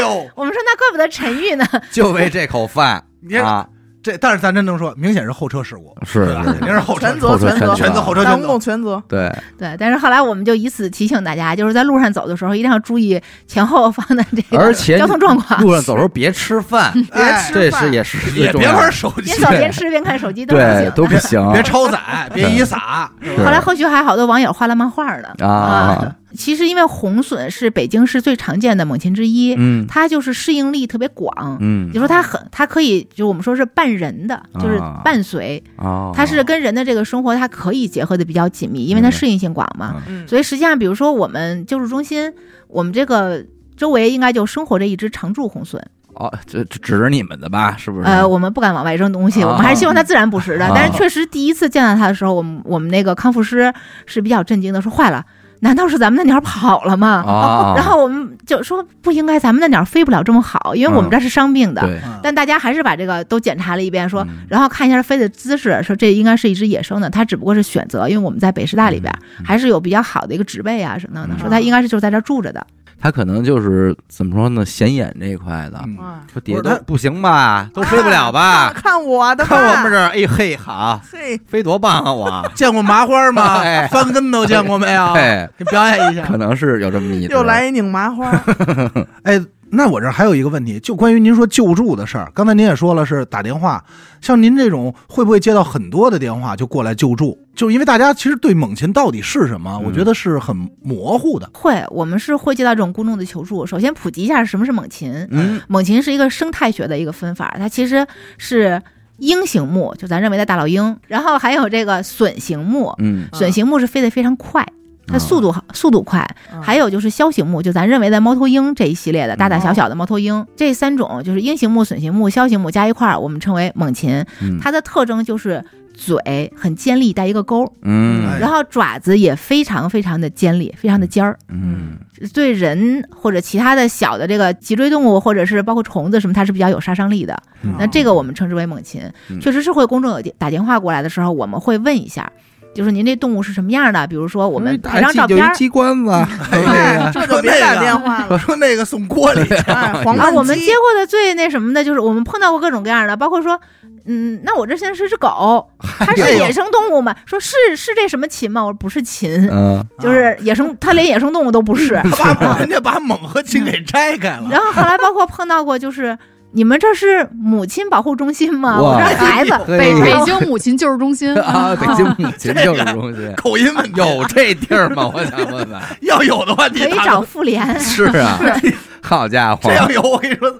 Speaker 2: 呦，
Speaker 5: 我们说那怪不得沉郁呢，
Speaker 1: 就为这口饭
Speaker 2: 你看
Speaker 1: 啊，
Speaker 2: 这但是咱真能说，明显是后车事故，
Speaker 1: 是
Speaker 2: 对吧
Speaker 1: 是
Speaker 2: 肯定是后车
Speaker 3: 全责
Speaker 1: 后车
Speaker 3: 全责
Speaker 1: 全责
Speaker 2: 全责后车
Speaker 3: 耽
Speaker 2: 全
Speaker 3: 误
Speaker 2: 责
Speaker 3: 共。全责，
Speaker 1: 对，
Speaker 5: 对。但是后来我们就以此提醒大家，就是在路上走的时候一定要注意前后方的这个
Speaker 1: 而且
Speaker 5: 交通状况，
Speaker 1: 路上走时候别吃饭，
Speaker 3: 别
Speaker 2: 哎
Speaker 3: 吃
Speaker 1: 这
Speaker 3: 饭
Speaker 1: 是也是最
Speaker 2: 也
Speaker 1: 重
Speaker 2: 别
Speaker 1: 要的
Speaker 2: 玩手机
Speaker 5: 边，走边吃边看手机都不
Speaker 1: 对
Speaker 5: 行。
Speaker 1: 都不行，
Speaker 2: 别超载，别一撒。
Speaker 1: 是
Speaker 5: 后来后续还有好多网友画了漫画呢
Speaker 1: 啊，
Speaker 5: 其实因为红隼是北京市最常见的猛禽之一，
Speaker 1: 嗯
Speaker 5: 它就是适应力特别广。
Speaker 1: 嗯
Speaker 5: 你说它很，它可以就我们说是伴人的，就是
Speaker 1: 啊
Speaker 5: 伴随，
Speaker 1: 哦，
Speaker 5: 它是跟人的这个生活，它可以结合的比较紧密，因为它
Speaker 1: 明白
Speaker 5: 适应性广嘛。
Speaker 3: 嗯，
Speaker 5: 所以实际上，比如说我们救助中心，我们这个周围应该就生活着一只常驻红隼。
Speaker 1: 哦，这这指着你们的吧，是不是？
Speaker 5: 呃，我们不敢往外扔东西，
Speaker 1: 啊
Speaker 5: 我们还是希望它自然捕食的。
Speaker 1: 啊
Speaker 5: 但是确实第一次见到它的时候，我们我们那个康复师是比较震惊的，说坏了，难道是咱们的鸟跑了吗？
Speaker 1: 啊，
Speaker 5: 然后我们就说不应该，咱们的鸟飞不了这么好，因为我们
Speaker 1: 嗯
Speaker 5: 这儿是伤病的。
Speaker 1: 对，
Speaker 2: 嗯
Speaker 5: 但大家还是把这个都检查了一遍，说，
Speaker 1: 嗯
Speaker 5: 然后看一下飞的姿势，说这应该是一只野生的，它只不过是选择，因为我们在北师大里边
Speaker 1: 嗯
Speaker 5: 还是有比较好的一个植被啊什么的，
Speaker 1: 嗯
Speaker 5: 说它应该是就是在这儿住着的。
Speaker 1: 他可能就是怎么说呢，显眼这一块的，
Speaker 2: 嗯
Speaker 3: 哎
Speaker 1: 说叠
Speaker 2: 不是
Speaker 1: 的
Speaker 2: 他
Speaker 1: 不行吧，都飞不了
Speaker 3: 啊
Speaker 1: 吧？
Speaker 3: 看看我的吧，
Speaker 1: 看我们这儿，哎嘿，好，
Speaker 3: 嘿，
Speaker 1: 飞多棒啊我！
Speaker 2: 见过麻花吗
Speaker 1: 哎？
Speaker 2: 翻跟头见过没有？
Speaker 1: 哎，
Speaker 2: 你表演一下
Speaker 1: 可。能是有这么一
Speaker 3: 又来一拧麻花，
Speaker 2: 哎，那我这儿还有一个问题，就关于您说救助的事儿。刚才您也说了是打电话，像您这种会不会接到很多的电话就过来救助？就因为大家其实对猛禽到底是什么，
Speaker 1: 嗯
Speaker 2: 我觉得是很模糊的。
Speaker 5: 会，我们是会接到这种公众的求助。首先普及一下什么是猛禽，
Speaker 1: 嗯
Speaker 5: 猛禽是一个生态学的一个分法，它其实是鹰形目，就咱认为的大老鹰，然后还有这个隼形目，
Speaker 1: 嗯，
Speaker 5: 隼形目是飞得非常快，它速度好速度快，
Speaker 3: 嗯
Speaker 5: 还有就是枭形目，就咱认为的猫头鹰这一系列的大大小小的猫头鹰，这三种就是鹰形目、隼形目、枭形目加一块儿，我们称为猛禽。
Speaker 1: 嗯
Speaker 5: 它的特征就是嘴很尖利，带一个钩儿，
Speaker 1: 嗯
Speaker 2: 哎
Speaker 5: 然后爪子也非常非常的尖利，非常的尖儿。
Speaker 1: 嗯
Speaker 5: 对人或者其他的小的这个脊椎动物，或者是包括虫子什么，它是比较有杀伤力的。
Speaker 1: 嗯
Speaker 5: 那这个我们称之为猛禽
Speaker 1: 嗯，
Speaker 5: 确实是会公众有电打电话过来的时候，我们会问一下，就是您这动物是什么样的？比如说
Speaker 1: 哎
Speaker 5: 我们拍张照片
Speaker 1: 有
Speaker 5: 儿
Speaker 1: 一，鸡冠子，
Speaker 3: 哎这就
Speaker 1: 啊
Speaker 3: 别打电话
Speaker 2: 我
Speaker 3: 了，
Speaker 2: 说那个送锅里，
Speaker 3: 哎，黄
Speaker 5: 啊，
Speaker 3: 焖
Speaker 5: 我们
Speaker 3: 鸡
Speaker 5: 接过的最那什么的就是我们碰到过各种各样的，包括说，嗯，那我这现在是只狗，它
Speaker 1: 哎
Speaker 5: 是野生动物吗？说是是这什么禽吗？我说不是禽，
Speaker 1: 嗯，
Speaker 5: 就是野生，它连野生动物都不是。
Speaker 2: 他把猛人家把猛和禽给摘开
Speaker 1: 啊
Speaker 2: 了。
Speaker 5: 然后后来包括碰到过就是。你们这是母亲保护中心吗？
Speaker 1: 哇
Speaker 5: 我这孩子，
Speaker 4: 北
Speaker 1: 嘿
Speaker 4: 北京母亲救治中心
Speaker 1: 哎 啊，北京母亲这种东 西
Speaker 2: 口音问题
Speaker 1: 有这地儿吗？我想问问。
Speaker 2: 要有的话，你
Speaker 5: 可以
Speaker 2: 打
Speaker 5: 找妇 联。
Speaker 1: 是啊，好家伙
Speaker 2: 这，要有，我跟你说，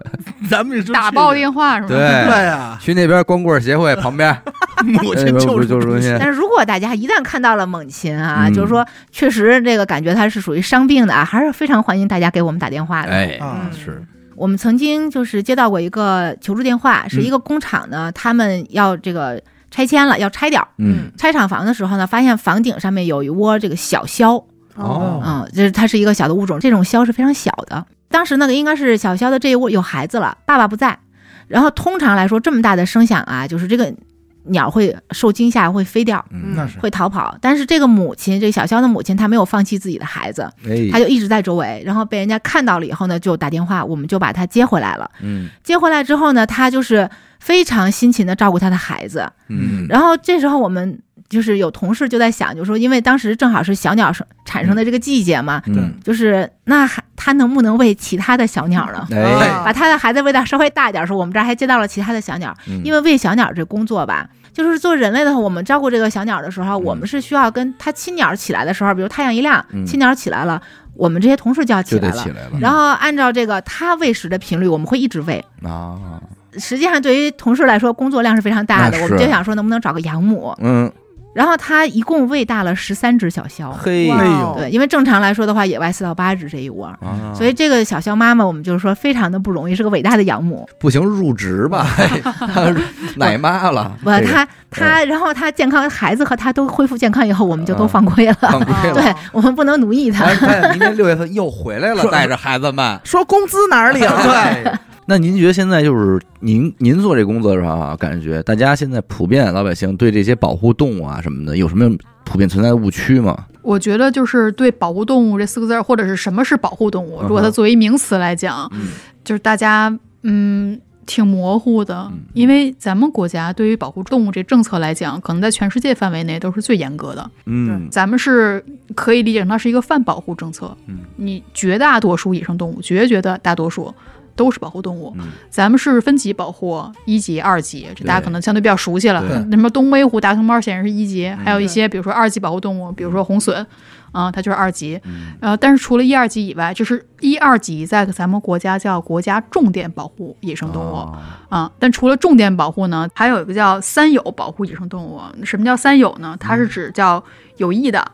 Speaker 2: 咱们是
Speaker 4: 打爆
Speaker 2: 去
Speaker 4: 电话是吧？
Speaker 1: 对
Speaker 2: 对呀，
Speaker 1: 去那边光棍协会旁边，
Speaker 2: 母
Speaker 1: 那
Speaker 2: 亲
Speaker 1: 边哎不
Speaker 2: 就是
Speaker 1: 救
Speaker 2: 是
Speaker 1: 助中心
Speaker 5: 但是如果大家一旦看到了猛禽啊，
Speaker 1: 嗯
Speaker 5: 就是说确实这个感觉它是属于伤病的啊，还是非常欢迎大家给我们打电话的。
Speaker 1: 哎，
Speaker 2: 啊
Speaker 3: 嗯，
Speaker 1: 是，
Speaker 5: 我们曾经就是接到过一个求助电话，
Speaker 1: 嗯
Speaker 5: 是一个工厂呢，他们要这个拆迁了，要拆掉。
Speaker 1: 嗯，
Speaker 5: 拆厂房的时候呢，发现房顶上面有一窝这个小鸮，
Speaker 1: 哦
Speaker 5: 啊、就是它是一个小的物种，这种鸮是非常小的。当时那个应该是小鸮的这一窝有孩子了，爸爸不在。然后通常来说，这么大的声响啊，就是这个鸟会受惊吓，会飞掉，
Speaker 1: 嗯
Speaker 2: 那是
Speaker 5: 会逃跑。但是这个母亲，这个小鸮的母亲，她没有放弃自己的孩子，她
Speaker 1: 哎，
Speaker 5: 就一直在周围。然后被人家看到了以后呢，就打电话，我们就把她接回来了。
Speaker 1: 嗯
Speaker 5: 接回来之后呢，她就是非常辛勤的照顾她的孩子。
Speaker 1: 嗯，
Speaker 5: 然后这时候我们就是有同事就在想，就说因为当时正好是小鸟生产生的这个季节嘛，
Speaker 1: 嗯，
Speaker 5: 就是那还他能不能喂其他的小鸟呢？
Speaker 3: 啊
Speaker 1: 哎，
Speaker 5: 把他的孩子喂到稍微大一点儿时候，我们这儿还接到了其他的小鸟，因
Speaker 1: 为
Speaker 5: 为喂小鸟这工作吧。就是做人类的话，我们照顾这个小鸟的时候，我们是需要跟它亲鸟起来的时候，比如太阳一亮
Speaker 1: 嗯，
Speaker 5: 亲鸟起来了，我们这些同事就要
Speaker 1: 就
Speaker 5: 起来
Speaker 1: 得
Speaker 5: 了
Speaker 1: 起。来了
Speaker 5: 然后按照这个它喂食的频率，我们会一直喂。
Speaker 1: 啊，
Speaker 5: 实际上，对于同事来说，工作量是非常大的。
Speaker 1: 那
Speaker 5: 我
Speaker 1: 是
Speaker 5: 们就想说，能不能找个养母？
Speaker 1: 嗯，
Speaker 5: 然后它一共喂大了十三只小鸮，
Speaker 1: 嘿，
Speaker 3: 哇
Speaker 2: 哎呦
Speaker 5: 对，因为正常来说的话，野外四到八只这一窝，
Speaker 1: 啊
Speaker 5: 嗯所以这个小肖妈妈，我们就是说非常的不容易，是个伟大的养母。
Speaker 1: 不行入职 吧， 奶妈了，
Speaker 5: 不，她她，然后她健康，孩子和她都恢复健康以后，我们就都放归了。
Speaker 1: 犯规了。
Speaker 4: 哦
Speaker 1: 哎
Speaker 5: 对我们不能奴役她。
Speaker 1: 哎，明年六月份又回来了，带着孩子们，
Speaker 3: 说工资哪里了？
Speaker 1: 对， 那您觉得现在就是您您做这工作上啊，感觉大家现在普遍老百姓对这些保护动物啊什么的有什么普遍存在的误区吗？
Speaker 4: 我觉得就是对保护动物这四个字儿，或者是什么是保护动物，如果
Speaker 1: 嗯
Speaker 4: 它
Speaker 1: 哼
Speaker 4: 作为名词来讲，
Speaker 1: 嗯
Speaker 4: 就是大家嗯挺模糊的
Speaker 1: 嗯，
Speaker 4: 因为咱们国家对于保护动物这政策来讲，可能在全世界范围内都是最严格的。
Speaker 1: 嗯
Speaker 4: 咱们是可以理解成它是一个泛保护政策，
Speaker 1: 嗯
Speaker 4: 你绝大多数野生动物，绝绝的大多数。都是保护动物，
Speaker 1: 嗯
Speaker 4: 咱们是分级保护，一级、二级，这大家
Speaker 1: 对
Speaker 4: 可能相对比较熟悉了。
Speaker 1: 对嗯
Speaker 4: 那什么东北虎、大熊猫显然是一级，还有一
Speaker 3: 对
Speaker 4: 些比如说二级保护动物，比如说红隼，啊、它就是二级。
Speaker 1: 嗯
Speaker 4: 呃，但是除了一二级以外，就是一二级在咱们国家叫国家重点保护野生动物啊、
Speaker 1: 哦
Speaker 4: 但除了重点保护呢，还有一个叫三有保护野生动物。什么叫三有呢？它是指叫有益的、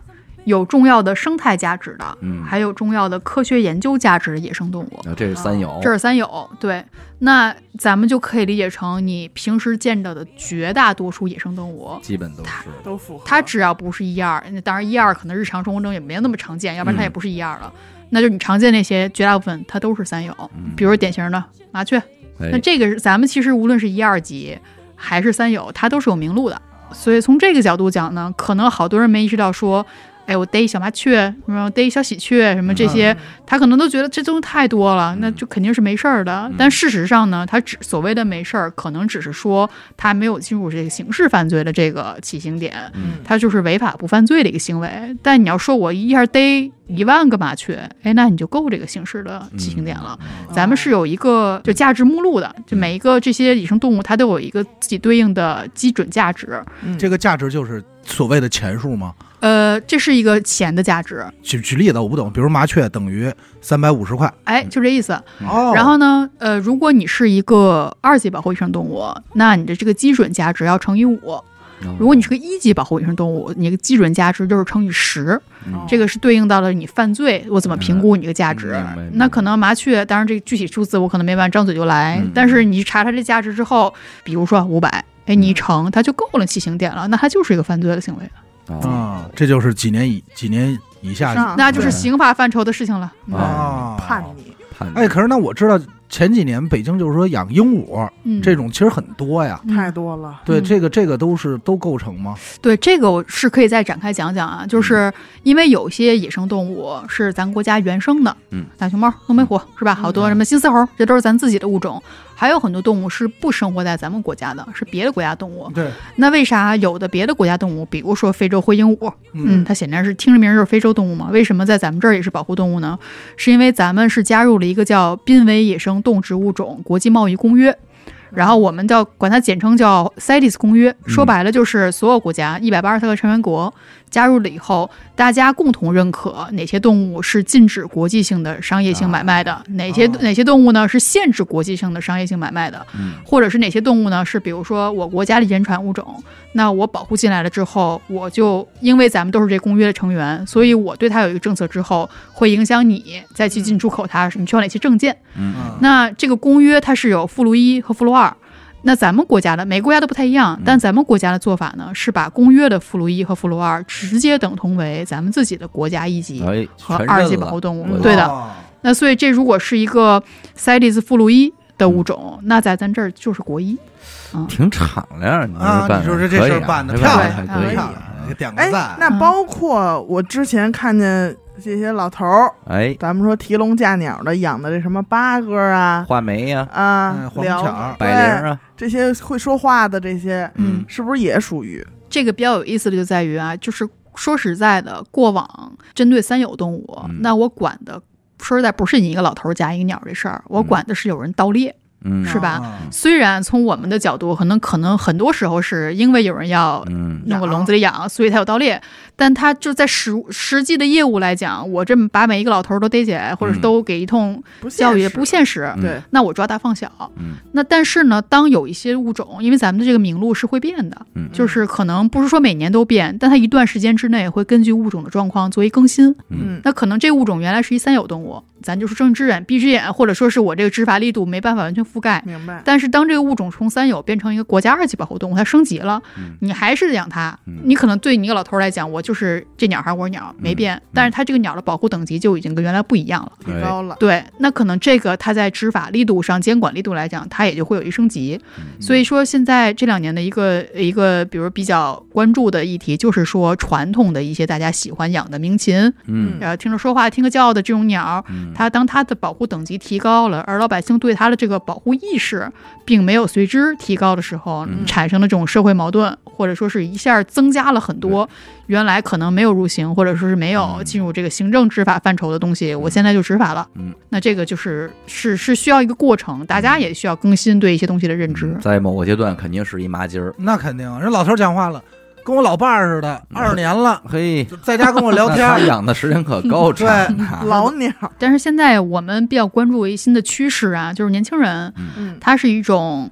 Speaker 4: 有重要的生态价值的，
Speaker 1: 嗯
Speaker 4: 还有重要的科学研究价值的野生动物。
Speaker 1: 啊这是三
Speaker 2: 哦
Speaker 1: 有，
Speaker 4: 这是三有，对，那咱们就可以理解成你平时见到的绝大多数野生动物，
Speaker 1: 基本都是
Speaker 3: 都符合。
Speaker 4: 它只要不是一二，那当然一二可能日常生活中也没有那么常见，要不然它
Speaker 1: 嗯
Speaker 4: 也不是一二了。那就你常见那些绝大部分它都是三有，
Speaker 1: 嗯
Speaker 4: 比如典型的麻雀。
Speaker 1: 哎
Speaker 4: 那这个是咱们其实无论是一二级还是三有，它都是有名录的。所以从这个角度讲呢，可能好多人没意识到说，哎，我逮一小麻雀，什么逮一小喜鹊，什么这些，他可能都觉得这东西太多了，那就肯定是没事儿的。但事实上呢，他只所谓的没事儿，可能只是说他没有进入这个刑事犯罪的这个起刑点，
Speaker 1: 嗯
Speaker 4: 他就是违法不犯罪的一个行为。但你要说我一下逮一万个麻雀，哎，那你就够这个刑事的起刑点了。咱们是有一个就价值目录的，就每一个这些野生动物，它都有一个自己对应的基准价值。
Speaker 3: 嗯
Speaker 2: 这个价值就是所谓的钱数吗？
Speaker 4: 呃，这是一个钱的价值，
Speaker 2: 举举例子，我不懂，比如麻雀等于三百五十块，
Speaker 4: 哎，
Speaker 1: 嗯
Speaker 4: 就这意思。
Speaker 2: 哦
Speaker 4: 然后呢，呃，如果你是一个二级保护野生动物，那你的这个基准价值要乘以五；如果你是个一级保护野生动物，你的基准价值就是乘以十。
Speaker 2: 哦
Speaker 1: 嗯
Speaker 4: 这个是对应到了你犯罪，我怎么评估你这个价值
Speaker 1: 嗯明白明白？
Speaker 4: 那可能麻雀，当然这个具体数字我可能没办法张嘴就来
Speaker 1: 嗯，
Speaker 4: 但是你查查这价值之后，比如说五百。哎，
Speaker 1: 嗯
Speaker 4: 你一乘，它就够了起刑点了，那它就是一个犯罪的行为，
Speaker 1: 啊
Speaker 2: 啊，这就是几年以几年以
Speaker 3: 以
Speaker 2: 下
Speaker 3: 上
Speaker 4: 那就是
Speaker 1: 对
Speaker 4: 刑法范畴的事情了。嗯
Speaker 1: 啊
Speaker 2: 啊。
Speaker 3: 叛逆，
Speaker 5: 嗯
Speaker 1: 判
Speaker 2: 哎，可是那我知道前几年北京就是说养鹦鹉
Speaker 4: 嗯，
Speaker 2: 这种其实很多呀。
Speaker 4: 嗯
Speaker 3: 太多了。
Speaker 2: 对，
Speaker 4: 嗯
Speaker 2: 这个这个都是都构成吗？
Speaker 4: 对这个我是可以再展开讲讲啊，就是
Speaker 2: 嗯
Speaker 4: 因为有些野生动物是咱国家原生的，
Speaker 1: 嗯，
Speaker 4: 大熊猫、东北虎是吧？好多
Speaker 2: 嗯
Speaker 4: 什么金丝猴，这都是咱自己的物种。还有很多动物是不生活在咱们国家的，是别的国家动物。
Speaker 2: 对，
Speaker 4: 那为啥有的别的国家动物，比如说非洲灰鹦鹉，嗯，它显然是听着名儿就是非洲动物嘛？为什么在咱们这儿也是保护动物呢？是因为咱们是加入了一个叫《濒危野生动植物种国际贸易公约》，然后我们叫管它简称叫 CITES 公约。说白了就是所有国家一百八十三个成员国加入了以后，大家共同认可哪些动物是禁止国际性的商业性买卖的，哪些、
Speaker 2: 哦
Speaker 4: 哪些动物呢是限制国际性的商业性买卖的。或者是哪些动物呢？是比如说我国家的原产物种，那我保护进来了之后，我就因为咱们都是这公约的成员，所以我对它有一个政策之后，会影响你再去进出口它，你需要哪些证件？
Speaker 1: 嗯
Speaker 4: 那这个公约它是有附录一和附录二。那咱们国家的每个国家都不太
Speaker 1: 嗯
Speaker 4: 一样，但咱们国家的做法呢，是把公约的附录一和附录二直接等同为咱们自己的国家一级
Speaker 1: 哎
Speaker 4: 和
Speaker 1: 全
Speaker 4: 二
Speaker 1: 认
Speaker 4: 级
Speaker 1: 了
Speaker 4: 保护动物。
Speaker 1: 嗯
Speaker 4: 对的，
Speaker 2: 哦
Speaker 4: 那所以这如果是一个 CITES 附录一的物种，
Speaker 1: 嗯
Speaker 4: 那在咱这儿就是国一。
Speaker 1: 挺敞亮，你
Speaker 2: 啊，
Speaker 1: 办
Speaker 2: 你说这这事
Speaker 1: 可
Speaker 2: 儿
Speaker 1: 以啊
Speaker 2: 办的
Speaker 1: 这
Speaker 2: 漂
Speaker 1: 办
Speaker 2: 亮，
Speaker 1: 还可以
Speaker 2: 漂
Speaker 1: 啊，
Speaker 2: 亮，点
Speaker 3: 哎
Speaker 2: 个赞，。
Speaker 3: 那包括我之前看见这些老头儿，
Speaker 2: 啊
Speaker 1: 哎，
Speaker 3: 咱们说提笼架鸟的养的这什么八哥啊
Speaker 1: 画眉呀，
Speaker 2: 哎
Speaker 3: 啊，
Speaker 2: 黄
Speaker 3: 聊
Speaker 2: 巧儿
Speaker 1: 百灵
Speaker 3: 对
Speaker 1: 啊，
Speaker 3: 这些会说话的这些，
Speaker 1: 嗯
Speaker 3: 是不是也属于？
Speaker 4: 这个比较有意思的就在于啊，就是说实在的，过往针对三有动物，
Speaker 1: 嗯
Speaker 4: 那我管的说实在不是你一个老头儿夹一个鸟这事儿，我管的是有人盗猎，
Speaker 1: 嗯
Speaker 4: 是吧？
Speaker 2: 啊
Speaker 4: 虽然从我们的角度，可能可能很多时候是因为有人要
Speaker 1: 嗯
Speaker 4: 弄个笼子里养，所以才有盗猎。但他就在实实际的业务来讲，我这么把每一个老头儿都逮起来，或者
Speaker 1: 嗯
Speaker 4: 是都给一通
Speaker 3: 不现
Speaker 4: 教育，
Speaker 3: 实
Speaker 4: 不现实。
Speaker 1: 嗯
Speaker 3: 对，
Speaker 4: 那我抓大放小。
Speaker 1: 嗯
Speaker 4: 那但是呢，当有一些物种，因为咱们的这个名录是会变的，
Speaker 1: 嗯
Speaker 4: 就是可能不是说每年都变，但它一段时间之内会根据物种的状况作为更新。
Speaker 1: 嗯
Speaker 3: 嗯，
Speaker 4: 那可能这物种原来是一三有动物，咱就说睁一只眼闭一只眼，或者说是我这个执法力度没办法完全覆盖。
Speaker 3: 明白。
Speaker 4: 但是当这个物种从三有变成一个国家二级保护动物，它升级了，
Speaker 1: 嗯
Speaker 4: 你还是得养它。
Speaker 1: 嗯
Speaker 4: 你可能对你一个老头儿来讲，我就是这鸟还是我鸟
Speaker 1: 嗯
Speaker 4: 没变，但是它这个鸟的保护等级就已经跟原来不一样了。
Speaker 3: 提
Speaker 2: 哎
Speaker 3: 高了，
Speaker 4: 对，那可能这个它在执法力度上、监管力度来讲，它也就会有一升级。
Speaker 1: 嗯
Speaker 4: 所以说，现在这两年的一个一个，比如比较关注的议题，就是说传统的一些大家喜欢养的鸣禽，
Speaker 1: 嗯
Speaker 4: 呃，听着说话、听个叫的这种鸟，
Speaker 1: 嗯，
Speaker 4: 它当它的保护等级提高了，而老百姓对它的这个保护意识并没有随之提高的时候，
Speaker 1: 嗯
Speaker 4: 产生的这种社会矛盾，或者说是一下增加了很多原来可能没有入刑，或者说是没有
Speaker 1: 嗯
Speaker 4: 进入这个行政执法范畴的东西，我现在就执法了。
Speaker 1: 嗯，
Speaker 4: 那这个就是是是需要一个过程，大家也需要更新对一些东西的认知。
Speaker 1: 嗯在某个阶段肯定是一麻筋儿。
Speaker 2: 那肯定，人老头儿讲话了，跟我老伴儿似的，
Speaker 1: 嗯
Speaker 2: 二十年了，
Speaker 1: 嘿，
Speaker 2: 就在家跟我聊
Speaker 1: 那
Speaker 2: 天
Speaker 1: 他
Speaker 2: 儿，
Speaker 1: 养的时间可够长
Speaker 2: 啊
Speaker 1: 啊了。
Speaker 3: 老鸟，
Speaker 4: 但是现在我们比较关注一新的趋势啊，就是年轻人，
Speaker 3: 嗯，
Speaker 4: 它是一种，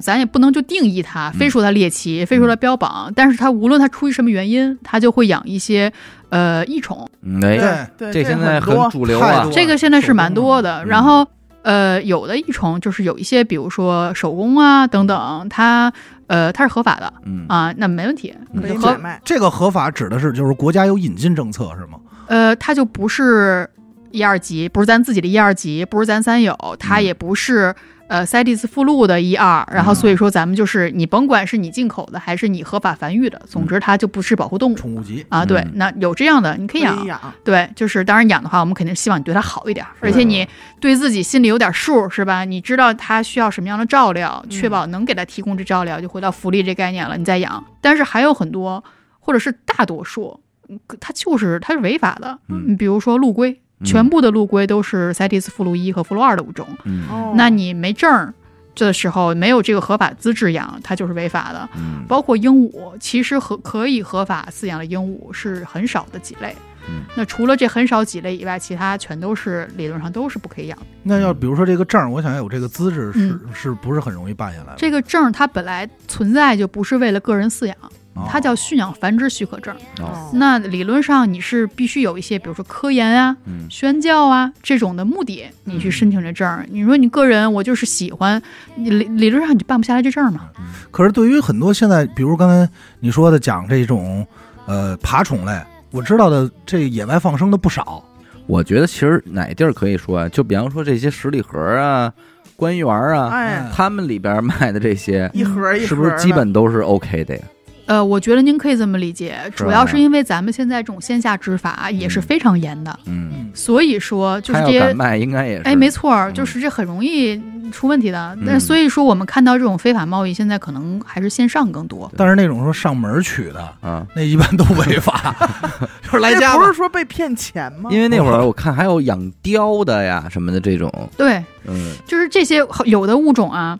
Speaker 4: 咱也不能就定义它，
Speaker 1: 嗯
Speaker 4: 非说它猎奇，非说它标榜，但是它无论它出于什么原因，它就会养一些呃异宠，
Speaker 1: 嗯哎，
Speaker 2: 对，
Speaker 3: 对，
Speaker 1: 这现在
Speaker 3: 很
Speaker 1: 很
Speaker 3: 多，
Speaker 1: 主流
Speaker 2: 太
Speaker 1: 啊
Speaker 2: 多。
Speaker 4: 这个现在是蛮多的。
Speaker 1: 嗯
Speaker 4: 然后呃，有的异宠就是有一些，比如说手工啊等等，它呃它是合法的
Speaker 1: 嗯，
Speaker 4: 啊，那没问题，
Speaker 3: 可以
Speaker 4: 合
Speaker 3: 买卖，
Speaker 2: 这个合法指的是就是国家有引进政策是吗？
Speaker 4: 呃，它就不是一二级，不是咱自己的一二级，不是咱三友，它
Speaker 1: 嗯
Speaker 4: 也不是。呃，CITES 附录的一二，然后所以
Speaker 2: 嗯
Speaker 4: 说咱们就是你甭管是你进口的还是你合法繁育的，总之它就不是保护动物
Speaker 2: 宠物级，
Speaker 4: 啊。对
Speaker 1: 嗯，
Speaker 4: 那有这样的你可
Speaker 3: 可
Speaker 4: 以
Speaker 3: 以
Speaker 4: 养，
Speaker 3: 养，
Speaker 4: 对，就是当然养的话，我们肯定希望你对它好一点儿，
Speaker 1: 是
Speaker 4: 而且你对自己心里有点数是吧？你知道它需要什么样的照料，
Speaker 3: 嗯
Speaker 4: 确保能给它提供这照料，就回到福利这概念了，你再养。但是还有很多，或者是大多数，嗯它就是它是违法的，
Speaker 1: 嗯
Speaker 4: 你比如说陆龟，
Speaker 1: 嗯
Speaker 4: 全部的陆龟都是 CITES 附录一和附录二的物种，
Speaker 1: 嗯
Speaker 3: 哦
Speaker 4: 那你没证儿的时候，没有这个合法资质养，它就是违法的。
Speaker 1: 嗯
Speaker 4: 包括鹦鹉，其实合可以合法饲养的鹦鹉是很少的几类。
Speaker 1: 嗯
Speaker 4: 那除了这很少几类以外，其他全都是理论上都是不可以养的。
Speaker 2: 那要比如说这个证儿，我想有这个资质是、
Speaker 4: 嗯
Speaker 2: 是不是很容易办下来的？
Speaker 4: 这个证儿它本来存在就不是为了个人饲养，
Speaker 2: 哦
Speaker 4: 它叫驯养繁殖许可证。
Speaker 1: 哦
Speaker 4: 那理论上你是必须有一些，比如说科研啊、
Speaker 1: 嗯
Speaker 4: 宣教啊这种的目的，你去申请这证儿。你说你个人我就是喜欢，你理理论上你就办不下来这证儿嘛。
Speaker 1: 嗯
Speaker 2: 可是对于很多现在，比如刚才你说的讲这种呃爬虫类，我知道的这野外放生的不少，
Speaker 1: 我觉得其实哪地儿可以说啊，就比方说这些十里河啊、官园啊，
Speaker 3: 哎，
Speaker 1: 他们里边卖的这些，
Speaker 3: 一盒一盒的，
Speaker 1: 是不是基本都是 OK 的呀？
Speaker 4: 呃，我觉得您可以这么理解，主要是因为咱们现在这种线下执法也是非常严的，
Speaker 1: 嗯，
Speaker 4: 所以说就是
Speaker 1: 他
Speaker 4: 这
Speaker 1: 要敢
Speaker 4: 些，
Speaker 1: 卖，应该也是。
Speaker 4: 哎，没错儿，
Speaker 1: 嗯
Speaker 4: 就是这很容易出问题的。
Speaker 1: 嗯
Speaker 4: 但所以说我们看到这种非法贸易，现在可能还是线上更多。
Speaker 2: 但是那种说上门儿取的，
Speaker 1: 啊，
Speaker 2: 那一般都违法， 就是来
Speaker 3: 这
Speaker 2: 家
Speaker 3: 不
Speaker 2: 吧
Speaker 3: 是说被骗钱吗？
Speaker 1: 因为嗯那会儿我看还有养貂的呀什么的这种，
Speaker 4: 对，
Speaker 1: 嗯
Speaker 4: 就是这些有的物种啊，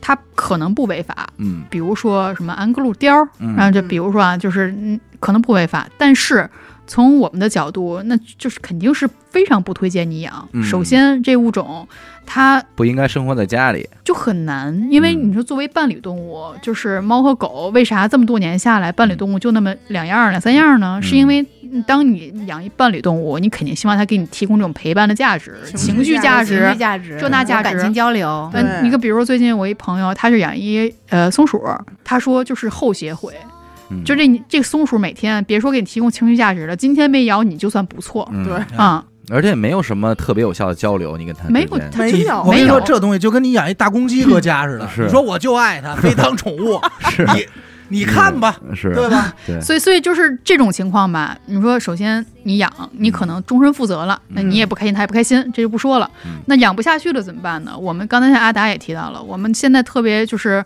Speaker 4: 它可能不违法，
Speaker 1: 嗯
Speaker 4: 比如说什么安格鲁貂儿，
Speaker 1: 嗯
Speaker 4: 然后就比如说啊，就是嗯，可能不违法，但是从我们的角度，那就是肯定是非常不推荐你养。
Speaker 1: 嗯
Speaker 4: 首先，这物种它
Speaker 1: 不应该生活在家里。
Speaker 4: 就很难，因为
Speaker 1: 嗯
Speaker 4: 你说作为伴侣动物，就是猫和狗，为啥这么多年下来伴侣动物就那么两样儿、两三样儿呢？
Speaker 1: 嗯
Speaker 4: 是因为当你养一伴侣动物，你肯定希望它给你提供这种陪伴的价值、
Speaker 3: 情
Speaker 4: 情
Speaker 3: 绪
Speaker 4: 绪
Speaker 3: 价
Speaker 4: 价
Speaker 3: 值
Speaker 5: 情
Speaker 4: 值
Speaker 5: 绪。价值、
Speaker 4: 这那价值
Speaker 5: 感情交流，
Speaker 3: 对
Speaker 4: 嗯，你可比如说最近我一朋友，他是养一呃松鼠，他说就是后协会，
Speaker 1: 嗯
Speaker 4: 就这这松鼠每天别说给你提供情绪价值了，今天没咬你就算不错
Speaker 1: 嗯
Speaker 3: 对，
Speaker 4: 啊、
Speaker 1: 而且也没有什么特别有效的交流，你跟他
Speaker 4: 没有
Speaker 1: 之间
Speaker 3: 没有
Speaker 2: 我跟你
Speaker 4: 没有
Speaker 2: 说，这东西就跟你养一大公鸡搁家似的，
Speaker 1: 是
Speaker 2: 你说我就爱它，非当宠物，
Speaker 1: 是
Speaker 2: 你你看吧，
Speaker 1: 是，
Speaker 2: 对 吧？
Speaker 1: 嗯对，
Speaker 4: 所以所以就是这种情况吧。你说，首先你养，你可能终身负责了，那你也不开心，他也不开心，这就不说了
Speaker 1: 嗯。
Speaker 4: 那养不下去了怎么办呢？我们刚才像阿达也提到了，我们现在特别就是。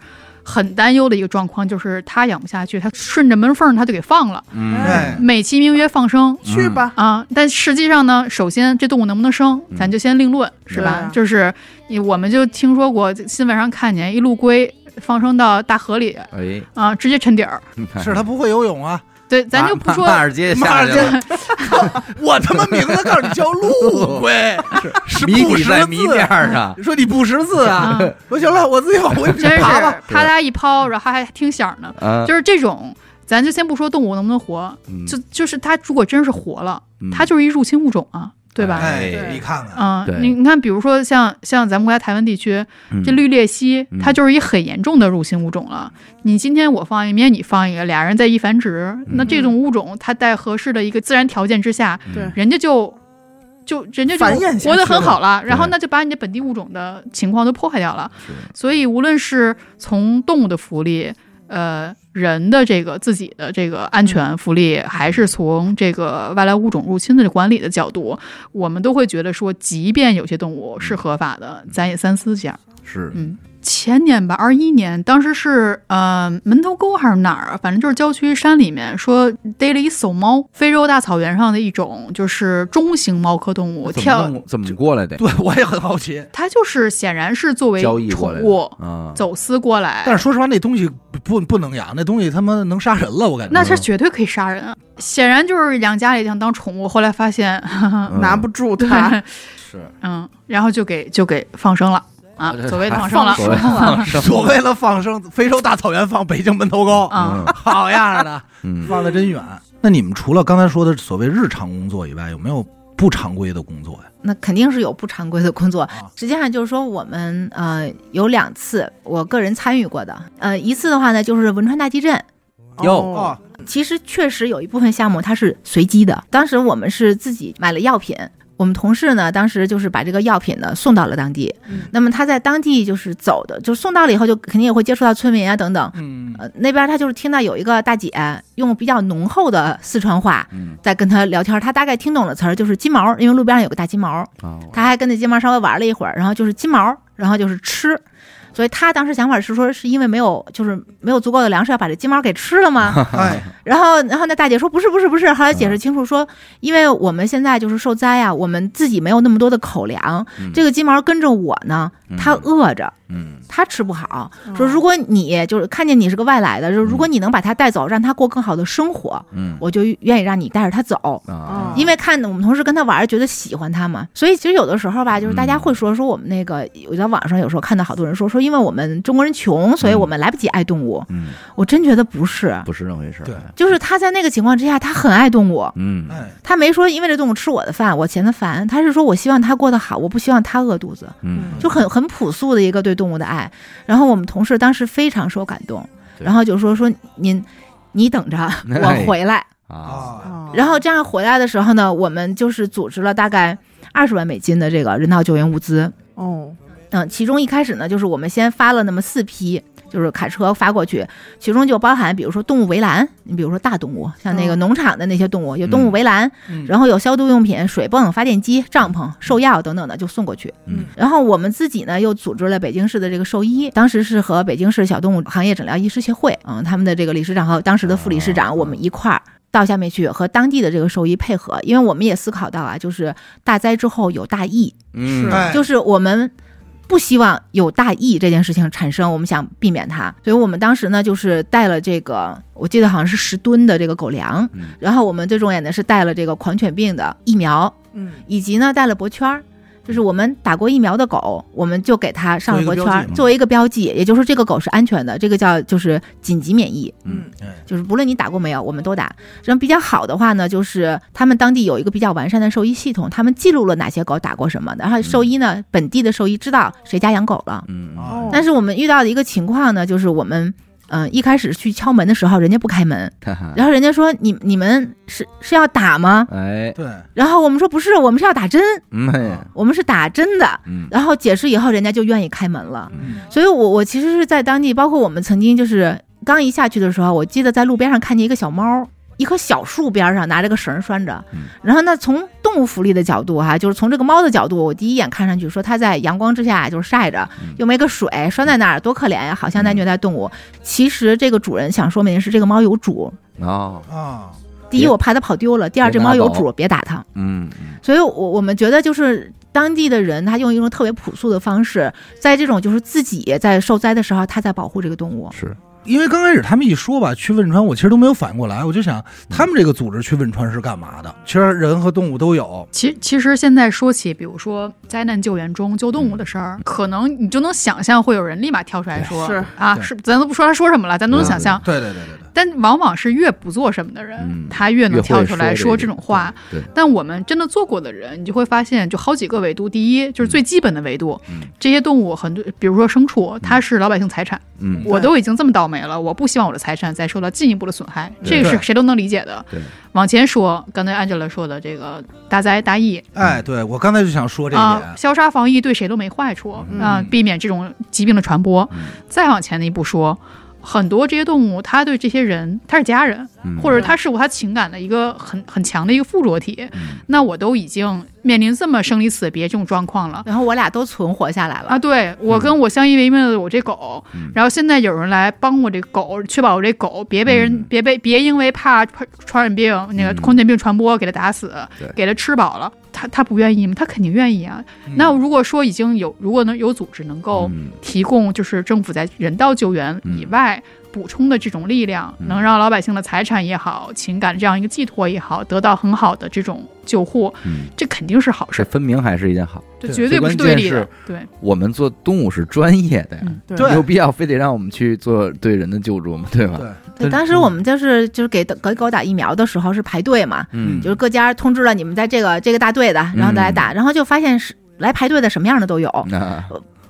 Speaker 4: 很担忧的一个状况就是，它养不下去，它顺着门缝儿它就给放了，
Speaker 1: 嗯
Speaker 3: 哎
Speaker 2: 对，
Speaker 4: 美其名曰放生，
Speaker 3: 去吧，
Speaker 4: 啊，但实际上呢，首先这动物能不能生，
Speaker 1: 嗯
Speaker 4: 咱就先另论，是
Speaker 3: 对
Speaker 4: 吧？
Speaker 3: 啊
Speaker 4: 就是你我们就听说过新闻上看见一陆龟放生到大河里
Speaker 1: 哎，
Speaker 4: 啊，直接沉底儿。
Speaker 1: 你看
Speaker 2: 是它不会游泳啊，
Speaker 4: 对，咱就不说
Speaker 1: 马马尔街
Speaker 2: 马
Speaker 1: 下
Speaker 2: 尔
Speaker 1: 去
Speaker 2: 街
Speaker 1: 了，
Speaker 2: 我他妈名字告诉你叫陆龟， 是
Speaker 1: 谜
Speaker 2: 不
Speaker 1: 底
Speaker 2: 识
Speaker 1: 在谜
Speaker 2: 字
Speaker 1: 面。上，
Speaker 2: 你说你不识 字啊？
Speaker 4: 嗯
Speaker 2: 说行了，我自己往回
Speaker 4: 真是
Speaker 2: 爬吧。
Speaker 4: 啪嗒一抛，然后还听响呢，
Speaker 1: 啊，
Speaker 4: 就是这种。咱就先不说动物能不能活，
Speaker 1: 嗯
Speaker 4: 就就是它如果真是活了，
Speaker 1: 嗯
Speaker 4: 它就是一入侵物种啊。对吧？
Speaker 2: 哎，
Speaker 3: 对
Speaker 2: 你看看，
Speaker 4: 嗯
Speaker 1: 对，
Speaker 4: 你你看，比如说像像咱们国家台湾地区，
Speaker 1: 嗯
Speaker 4: 这绿鬣蜥
Speaker 1: 嗯
Speaker 4: 它就是一很严重的入侵物种了。你今天我放一，明天你放一个，俩人在一繁殖，
Speaker 1: 嗯
Speaker 4: 那这种物种它在合适的一个自然条件之下，
Speaker 1: 嗯
Speaker 3: 对
Speaker 4: 人家就就人家就
Speaker 3: 繁衍下去
Speaker 4: 活得很好了，然后
Speaker 1: 对
Speaker 4: 那就把你的本地物种的情况都破坏掉了。
Speaker 1: 是
Speaker 4: 所以无论是从动物的福利，呃，人的这个自己的这个安全福利，还是从这个外来物种入侵的管理的角度，我们都会觉得说，即便有些动物
Speaker 1: 嗯
Speaker 4: 是合法的，咱也三思一下。
Speaker 1: 是
Speaker 4: 嗯，前年吧，二一年，当时是呃门头沟还是哪儿啊，反正就是郊区山里面说逮了一叟猫，非洲大草原上的一种就是中型猫科动物，
Speaker 1: 怎么
Speaker 4: 跳，
Speaker 1: 弄怎么过来的？
Speaker 2: 对我也很好奇。
Speaker 4: 它就是显然是作为
Speaker 1: 交易过来
Speaker 4: 宠
Speaker 1: 的
Speaker 4: 物
Speaker 1: 啊，
Speaker 4: 走私过来，
Speaker 2: 但是说实话，那东西不不不能养，那东西他妈能杀人了，我感觉。
Speaker 4: 那
Speaker 1: 嗯
Speaker 4: 它绝对可以杀人啊！显然就是养家里想当宠物，后来发现，
Speaker 1: 嗯
Speaker 3: 拿不住
Speaker 4: 对，
Speaker 3: 它，
Speaker 1: 是
Speaker 4: 嗯，然后就给就给放生了啊，所谓的放生了
Speaker 3: 放
Speaker 1: 所谓放生
Speaker 2: 所谓了放生，非洲大草原放北京门头沟，
Speaker 4: 啊，
Speaker 2: 好样的，
Speaker 1: 嗯，
Speaker 2: 放的真远。 那你们除了刚才说的所谓日常工作以外，有没有不常规的工作呀？
Speaker 5: 那肯定是有不常规的工作
Speaker 2: 啊。
Speaker 5: 实际上就是说，我们呃有两次我个人参与过的，呃一次的话呢就是汶川大地震，
Speaker 1: 哟
Speaker 3: 哦，
Speaker 2: 哦，
Speaker 5: 其实确实有一部分项目它是随机的。当时我们是自己买了药品，我们同事呢当时就是把这个药品呢送到了当地。
Speaker 3: 嗯
Speaker 5: 那么他在当地就是走的，就送到了以后就肯定也会接触到村民啊等等。
Speaker 2: 嗯，
Speaker 5: 呃，那边他就是听到有一个大姐用比较浓厚的四川话
Speaker 1: 嗯
Speaker 5: 在跟他聊天，他大概听懂了词儿，就是金毛，因为路边上有个大金毛，
Speaker 1: 啊，
Speaker 5: 他还跟那金毛稍微玩了一会儿，然后就是金毛，然后就是吃，所以他当时想法是说，是因为没有就是没有足够的粮食要把这金毛给吃了吗？
Speaker 2: 哎，
Speaker 5: 然后，然后那大姐说不是不是不是，后来解释清楚说，因为我们现在就是受灾啊，我们自己没有那么多的口粮，
Speaker 1: 嗯
Speaker 5: 这个金毛跟着我呢，它
Speaker 1: 嗯
Speaker 5: 饿着，
Speaker 1: 嗯
Speaker 5: 它吃不好。
Speaker 3: 嗯
Speaker 5: 说如果你就是看见你是个外来的，就是如果你能把它带走，让它过更好的生活，
Speaker 1: 嗯
Speaker 5: 我就愿意让你带着它走。
Speaker 4: 嗯
Speaker 1: 啊，
Speaker 5: 因为看我们同事跟他玩，觉得喜欢他嘛，所以其实有的时候吧，就是大家
Speaker 1: 嗯
Speaker 5: 会说说我们那个，我在网上有时候看到好多人说说，因为我们中国人穷，所以我们来不及爱动物。
Speaker 1: 嗯，
Speaker 5: 我真觉得不是，
Speaker 1: 不是那回事儿，
Speaker 2: 对
Speaker 5: 就是他在那个情况之下，他很爱动物，
Speaker 1: 嗯
Speaker 2: 哎，
Speaker 5: 他没说因为这动物吃我的饭，我嫌它烦，他是说我希望它过得好，我不希望它饿肚子，
Speaker 1: 嗯，
Speaker 5: 就很很朴素的一个对动物的爱。然后我们同事当时非常受感动，
Speaker 1: 对
Speaker 5: 然后就说说您。你等着我回来，
Speaker 1: 啊，
Speaker 2: 啊，
Speaker 3: 哦
Speaker 5: 嗯然后这样回来的时候呢，我们就是组织了大概二十万美金的这个人道救援物资。
Speaker 3: 哦，
Speaker 5: 嗯，其中一开始呢，就是我们先发了那么四批，就是卡车发过去，其中就包含比如说动物围栏，你比如说大动物，像那个
Speaker 3: 嗯
Speaker 5: 农场的那些动物，有动物围栏，
Speaker 2: 嗯
Speaker 5: 然后有消毒用品、水泵、发电机、帐篷、兽药等等的就送过去。
Speaker 1: 嗯
Speaker 5: 然后我们自己呢又组织了北京市的这个兽医，当时是和北京市小动物行业诊疗医师协会，嗯，他们的这个理事长和当时的副理事
Speaker 1: 啊
Speaker 5: 长，我们一块儿。到下面去和当地的这个兽医配合，因为我们也思考到啊，就是大灾之后有大疫，
Speaker 1: 嗯，
Speaker 4: 啊
Speaker 2: 哎
Speaker 5: 就是我们不希望有大疫这件事情产生，我们想避免它，所以我们当时呢就是带了这个，我记得好像是十吨的这个狗粮，
Speaker 1: 嗯
Speaker 5: 然后我们最重点的是带了这个狂犬病的疫苗，
Speaker 3: 嗯，
Speaker 5: 以及呢带了脖圈儿。就是我们打过疫苗的狗，我们就给它上了脖圈
Speaker 2: 做一个
Speaker 5: 儿
Speaker 2: 标记，
Speaker 5: 作为一个标记，也就是说这个狗是安全的，这个叫就是紧急免疫。
Speaker 1: 嗯
Speaker 3: 嗯，
Speaker 5: 就是不论你打过没有，我们都打。然后比较好的话呢，就是他们当地有一个比较完善的兽医系统，他们记录了哪些狗打过什么的。然后兽医呢，本地的兽医知道谁家养狗了。
Speaker 1: 嗯
Speaker 4: 啊
Speaker 2: 哦
Speaker 5: 但是我们遇到的一个情况呢，就是我们嗯、呃一开始去敲门的时候，人家不开门，
Speaker 1: 哈哈，
Speaker 5: 然后人家说你你们是是要打吗？
Speaker 1: 哎，
Speaker 2: 对，
Speaker 5: 然后我们说不是，我们是要打针，
Speaker 1: 嗯哎，
Speaker 4: 啊
Speaker 5: 我们是打针的。
Speaker 1: 嗯
Speaker 5: 然后解释以后，人家就愿意开门了。
Speaker 1: 嗯
Speaker 5: 所以我我其实是在当地，包括我们曾经就是刚一下去的时候，我记得在路边上看见一个小猫，一棵小树边上拿着个绳儿拴着
Speaker 1: 嗯。
Speaker 5: 然后呢，从动物福利的角度哈、就是从这个猫的角度，我第一眼看上去说它在阳光之下就是晒着
Speaker 1: 嗯，
Speaker 5: 又没个水，拴在那儿多可怜呀，好像在
Speaker 1: 嗯
Speaker 5: 虐待动物。其实这个主人想说明的是这个猫有主。
Speaker 1: 哦，
Speaker 2: 啊，
Speaker 5: 第一，
Speaker 1: 别
Speaker 5: 我怕它跑丢了；第二，
Speaker 1: 别
Speaker 5: 这
Speaker 1: 拿
Speaker 5: 猫有
Speaker 1: 走
Speaker 5: 主，别打它。
Speaker 1: 嗯嗯
Speaker 5: 所以我，我们觉得就是当地的人，他用一种特别朴素的方式，在这种就是自己在受灾的时候，他在保护这个动物。
Speaker 1: 是，
Speaker 2: 因为刚开始他们一说吧，去汶川，我其实都没有反应过来，我就想他们这个组织去汶川是干嘛的？其实人和动物都有，
Speaker 4: 其其实现在说起，比如说灾难救援中救
Speaker 1: 嗯
Speaker 4: 动物的事儿，可能你就能想象会有人立马跳出来说
Speaker 3: 是
Speaker 4: 啊，
Speaker 2: 对
Speaker 4: 是咱都不说他说什么了，咱都能想象。
Speaker 2: 对对对对对，
Speaker 4: 但往往是越不做什么的人，
Speaker 1: 嗯
Speaker 4: 他越能
Speaker 1: 越
Speaker 4: 跳
Speaker 1: 会
Speaker 4: 出来
Speaker 1: 说
Speaker 4: 说
Speaker 1: 这
Speaker 4: 这
Speaker 1: 个
Speaker 4: 种话。
Speaker 1: 对
Speaker 4: 但我们真的做过的人，你就会发现，就好几个维度。第一就是最基本的维度，
Speaker 1: 嗯
Speaker 4: 这些动物很多，比如说牲畜，它是老百姓财产，
Speaker 1: 嗯
Speaker 4: 我都已经这么倒霉了，我不希望我的财产再受到进一步的损害，
Speaker 1: 对
Speaker 4: 这个是谁都能理解的
Speaker 1: 对。
Speaker 4: 往前说，刚才 Angela 说的这个大灾大疫
Speaker 2: 哎，对我刚才就想说这一
Speaker 4: 啊、
Speaker 2: 点，
Speaker 4: 消杀防疫对谁都没坏处啊、
Speaker 1: 嗯
Speaker 4: 避免这种疾病的传播。
Speaker 1: 嗯
Speaker 4: 再往前的一步说，很多这些动物，它对这些人，它是家人，
Speaker 1: 嗯
Speaker 4: 或者它是我它情感的一个很很强的一个附着体。
Speaker 1: 嗯
Speaker 4: 那我都已经面临这么生离死别这种状况了。
Speaker 5: 然后我俩都存活下来了。
Speaker 4: 啊，对我跟我相依为命的我这狗，
Speaker 1: 嗯
Speaker 4: 然后现在有人来帮我这狗，确保我这狗别被人、
Speaker 1: 嗯
Speaker 4: 别被别因为怕传传染病那个
Speaker 1: 嗯
Speaker 4: 狂犬病传播给它打死，
Speaker 1: 对
Speaker 4: 给它吃饱了，它它不愿意吗？它肯定愿意啊。那如果说已经有如果能有组织能够
Speaker 1: 嗯
Speaker 4: 提供就是政府在人道救援以外。补充的这种力量，
Speaker 1: 嗯
Speaker 4: 能让老百姓的财产也好、情感这样一个寄托也好，得到很好的这种救护，
Speaker 1: 嗯，
Speaker 4: 这肯定是好
Speaker 1: 这
Speaker 4: 事，
Speaker 1: 分明还是一件好。
Speaker 4: 这
Speaker 2: 对
Speaker 4: 绝对
Speaker 1: 最
Speaker 4: 不是
Speaker 1: 关键
Speaker 4: 对立的
Speaker 1: 是。
Speaker 4: 对，
Speaker 1: 我们做动物是专业的呀，
Speaker 4: 嗯
Speaker 3: 对
Speaker 1: 没有必要非得让我们去做对人的救助嘛，对吧？
Speaker 2: 对，
Speaker 5: 对，当时我们就是就是给给狗打疫苗的时候是排队嘛，
Speaker 1: 嗯
Speaker 5: 就是各家通知了你们在这个这个大队的，然后再来打，然后就发现是来排队的什么样的都有，
Speaker 1: 嗯那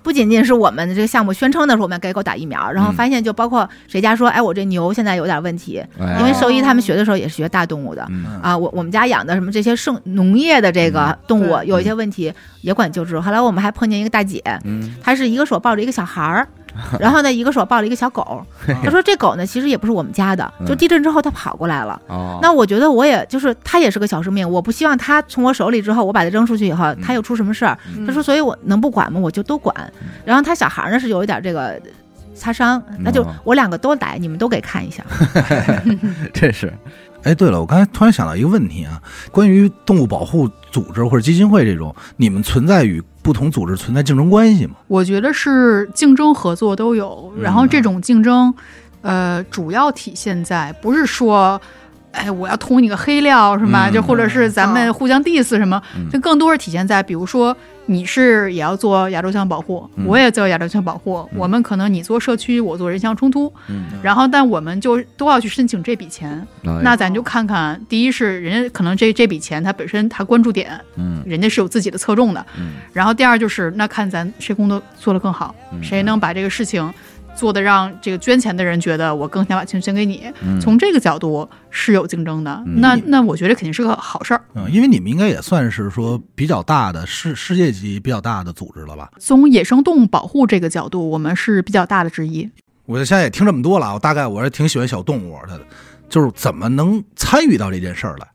Speaker 5: 不仅仅是我们这个项目宣称的是我们要给狗打疫苗，然后
Speaker 1: 嗯
Speaker 5: 发现就包括谁家说，哎，我这牛现在有点问题，
Speaker 1: 哎
Speaker 5: 因为兽医他们学的时候也是学大动物的。
Speaker 1: 嗯
Speaker 5: 啊，我我们家养的什么这些生农业的这个动物
Speaker 3: 对
Speaker 5: 有一些问题也管救治。后来我们还碰见一个大姐，
Speaker 1: 嗯
Speaker 5: 她是一个手抱着一个小孩儿，然后呢一个手抱着一个小狗。她说这狗呢其实也不是我们家的，就
Speaker 1: 嗯
Speaker 5: 地震之后它跑过来了。
Speaker 1: 哦，
Speaker 5: 那我觉得我也就是它也是个小生命，我不希望它从我手里之后我把它扔出去以后它又出什么事儿。
Speaker 1: 嗯
Speaker 5: 他说，所以我能不管吗？我就都管
Speaker 1: 嗯。
Speaker 5: 然后他小孩儿呢是有一点这个擦伤，那就
Speaker 1: 哦
Speaker 5: 我两个都来，你们都给看一下。
Speaker 1: 这是
Speaker 2: 哎，对了，我刚才突然想到一个问题啊，关于动物保护组织或者基金会这种，你们存在与不同组织存在竞争关系吗？
Speaker 4: 我觉得是竞争合作都有，
Speaker 1: 嗯
Speaker 4: 然后这种竞争，呃，主要体现在不是说，哎，我要捅你个黑料是吗？
Speaker 1: 嗯
Speaker 4: 就或者是咱们
Speaker 3: 嗯
Speaker 4: 互相 diss 什么，
Speaker 1: 嗯
Speaker 4: 这更多是体现在，比如说你是也要做亚洲象保护，
Speaker 1: 嗯
Speaker 4: 我也做亚洲象保护，我们可能你做社区，我做人象冲突，
Speaker 1: 嗯，哎
Speaker 4: 然后但我们就都要去申请这笔钱，那咱就看看，第一是人家可能这这笔钱它本身它关注点，
Speaker 1: 嗯
Speaker 4: 人家是有自己的侧重的。
Speaker 1: 嗯
Speaker 4: 然后第二就是，那看咱谁工作做得更好，
Speaker 1: 嗯
Speaker 4: 谁能把这个事情做得让这个捐钱的人觉得我更想把钱捐给你。
Speaker 1: 嗯
Speaker 4: 从这个角度是有竞争的，
Speaker 1: 嗯
Speaker 4: 那那我觉得肯定是个好事儿。
Speaker 2: 嗯，因为你们应该也算是说比较大的世世界级比较大的组织了吧？
Speaker 4: 从野生动物保护这个角度，我们是比较大的之一。
Speaker 2: 我现在也听这么多了啊，我大概我是挺喜欢小动物的，就是怎么能参与到这件事儿来？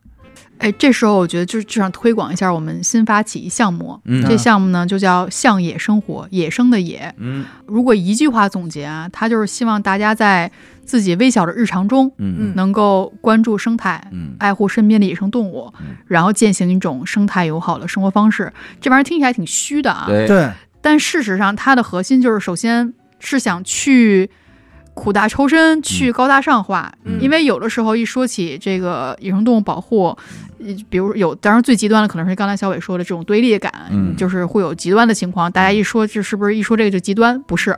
Speaker 4: 哎，这时候我觉得就是就想推广一下我们新发起一项目，
Speaker 1: 嗯
Speaker 4: 这项目呢就叫“向野生活”，野生的野，
Speaker 1: 嗯
Speaker 4: 如果一句话总结啊，他就是希望大家在自己微小的日常中，
Speaker 1: 嗯
Speaker 4: 能够关注生态，
Speaker 1: 嗯
Speaker 4: 爱护身边的野生动物
Speaker 1: 嗯，
Speaker 4: 然后践行一种生态友好的生活方式。这玩意儿听起来挺虚的啊，
Speaker 1: 对
Speaker 2: 对，
Speaker 4: 但事实上它的核心就是，首先是想去。苦大仇深，去高大上化，
Speaker 1: 嗯
Speaker 4: 因为有的时候一说起这个野生动物保护，
Speaker 1: 嗯
Speaker 4: 呃比如有，当然最极端的可能是刚才小伟说的这种对立感，
Speaker 1: 嗯
Speaker 4: 就是会有极端的情况。大家一说这是不是一说这个就极端？不是，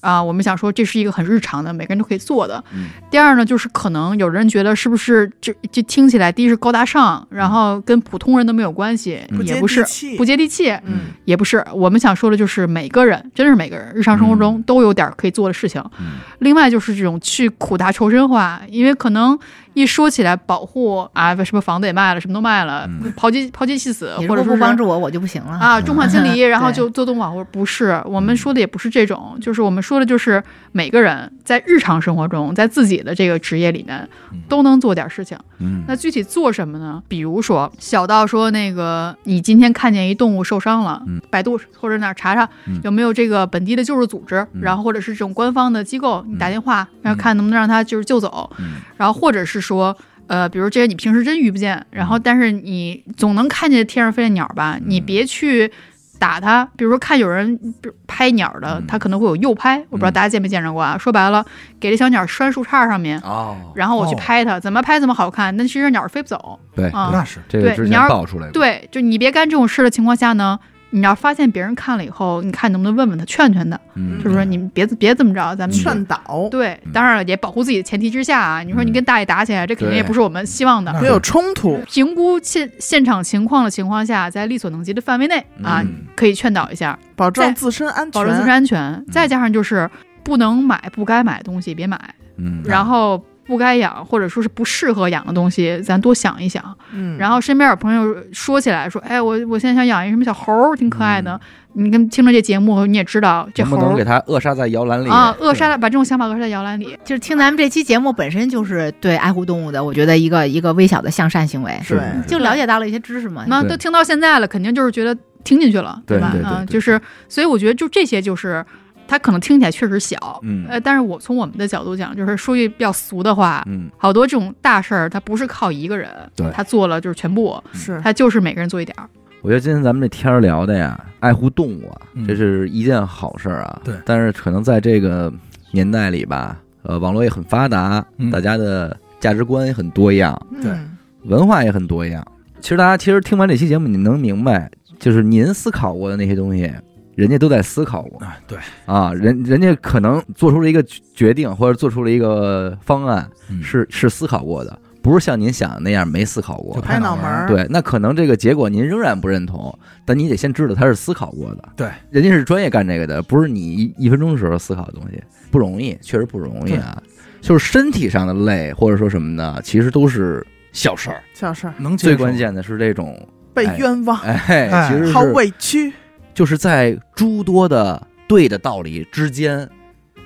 Speaker 4: 啊、我们想说这是一个很日常的，每个人都可以做的。
Speaker 1: 嗯
Speaker 4: 第二呢，就是可能有人觉得是不是这这听起来，第一是高大上，然后跟普通人都没有关系，
Speaker 1: 嗯
Speaker 4: 也不是
Speaker 3: 气
Speaker 4: 不接地气，
Speaker 3: 嗯
Speaker 4: 也不是。我们想说的就是每个人，真的是每个人日常生活中
Speaker 1: 嗯
Speaker 4: 都有点可以做的事情。
Speaker 1: 嗯
Speaker 4: 另外就是这种去苦大仇深化，因为可能一说起来保护啊，什么房子也卖了，什么都卖了，
Speaker 1: 嗯
Speaker 4: 抛妻抛妻弃子，
Speaker 5: 你如
Speaker 4: 呃或者
Speaker 5: 果
Speaker 4: 说
Speaker 5: 不
Speaker 4: 是
Speaker 5: 帮助我，我就不行了。
Speaker 4: 啊，中款经理，然后
Speaker 5: 对
Speaker 4: 就做动保护，不是我们说的也不是这种，就是我们说的就是每个人在日常生活中，在自己的这个职业里面
Speaker 2: 嗯
Speaker 4: 都能做点事情。
Speaker 1: 嗯
Speaker 4: 那具体做什么呢？比如说小到说那个你今天看见一动物受伤了，
Speaker 1: 嗯
Speaker 4: 百度或者哪儿查查
Speaker 1: 嗯
Speaker 4: 有没有这个本地的救助组织，
Speaker 1: 嗯
Speaker 4: 然后或者是这种官方的机构，你打
Speaker 1: 嗯
Speaker 4: 电话，然后看能不能让他就是救走，
Speaker 1: 嗯
Speaker 4: 然后或者是说，呃，比如这些你平时真遇不见，然后但是你总能看见天上飞的鸟吧，你
Speaker 1: 嗯嗯
Speaker 4: 别去打它。比如说看有人比如拍鸟的
Speaker 1: 嗯，
Speaker 4: 他可能会有诱拍，我不知道
Speaker 1: 嗯
Speaker 4: 大家见没见着过啊。说白了，给这小鸟拴树杈上面，
Speaker 1: 哦，
Speaker 4: 然后我去
Speaker 2: 哦
Speaker 4: 拍它，怎么拍怎么好看，但其实鸟儿飞不走。
Speaker 1: 对，
Speaker 4: 啊
Speaker 2: 那是
Speaker 1: 这个之前爆出来过，
Speaker 4: 对，就你别干这种事的情况下呢，你要发现别人看了以后，你看能不能问问他，劝劝他，
Speaker 1: 嗯，
Speaker 4: 就是说你们别别这么着，咱们
Speaker 1: 劝
Speaker 3: 劝导，
Speaker 4: 嗯对
Speaker 1: 嗯，
Speaker 4: 当然了，也保护自己的前提之下啊。你说你
Speaker 1: 嗯
Speaker 4: 跟大爷打起来，这肯定也
Speaker 1: 对
Speaker 4: 不是我们希望的。
Speaker 2: 那
Speaker 3: 别有冲突。
Speaker 4: 评估现现场情况的情况下，在力所能及的范围内啊，
Speaker 1: 嗯
Speaker 4: 可以劝导一下，
Speaker 3: 保
Speaker 4: 在
Speaker 3: 证自身安全，
Speaker 4: 保证自身安全。再加上就是不能买不该买的东西别买，
Speaker 1: 嗯，
Speaker 4: 然后不该养或者说是不适合养的东西，咱多想一想。
Speaker 3: 嗯，
Speaker 4: 然后身边有朋友说起来说，哎，我我现在想养一什么小猴儿，挺可爱的。
Speaker 1: 嗯
Speaker 4: 你跟听了这节目，你也知道这
Speaker 1: 能
Speaker 4: 猴
Speaker 1: 不能给
Speaker 4: 儿
Speaker 1: 他扼杀在摇篮里
Speaker 4: 啊，扼杀了把这种想法扼杀在摇篮里。
Speaker 5: 就是听咱们这期节目本身就是对爱护动物的，我觉得一个一个微小的向善行为，
Speaker 1: 是
Speaker 3: 对
Speaker 5: 就了解到了一些知识嘛。
Speaker 4: 那
Speaker 1: 对
Speaker 4: 都听到现在了，肯定就是觉得听进去了，
Speaker 1: 对
Speaker 4: 吧
Speaker 1: 对？对
Speaker 4: 嗯，
Speaker 1: 对
Speaker 4: 就是，所以我觉得就这些，就是它可能听起来确实小，
Speaker 1: 嗯
Speaker 4: 呃，但是我从我们的角度讲，就是说句比较俗的话，
Speaker 1: 嗯
Speaker 4: 好多这种大事儿，它不是靠一个人
Speaker 1: 对，
Speaker 4: 他做了就是全部，
Speaker 3: 是
Speaker 4: 他就是每个人做一点儿，
Speaker 1: 我觉得今天咱们这天儿聊的呀，爱护动物啊
Speaker 2: 嗯，
Speaker 1: 这是一件好事儿啊。
Speaker 2: 对
Speaker 1: 但是可能在这个年代里吧，呃，网络也很发达，
Speaker 2: 嗯
Speaker 1: 大家的价值观也很多样，
Speaker 2: 对
Speaker 3: 嗯
Speaker 1: 文化也很多样。其实大家其实听完这期节目，你们能明白，就是您思考过的那些东西，人家都在思考过
Speaker 2: 啊，对，
Speaker 1: 啊。人人家可能做出了一个决决定，或者做出了一个方案，
Speaker 2: 嗯
Speaker 1: 是是思考过的，不是像您想的那样没思考过
Speaker 2: 就。
Speaker 3: 拍脑门儿，
Speaker 1: 对，那可能这个结果您仍然不认同，但你得先知道他是思考过的。
Speaker 2: 对，
Speaker 1: 人家是专业干这个的，不是你一一分钟的时候思考的东西，不容易，确实不容易啊。就是身体上的累或者说什么的，其实都是小事儿。
Speaker 3: 小事儿
Speaker 2: 能接
Speaker 1: 最
Speaker 2: 受
Speaker 1: 关，键的是这种，
Speaker 3: 被
Speaker 1: 哎
Speaker 3: 冤枉，
Speaker 1: 哎，
Speaker 2: 哎
Speaker 1: 其实
Speaker 3: 好
Speaker 1: 是
Speaker 3: 委屈，
Speaker 1: 就是在诸多的对的道理之间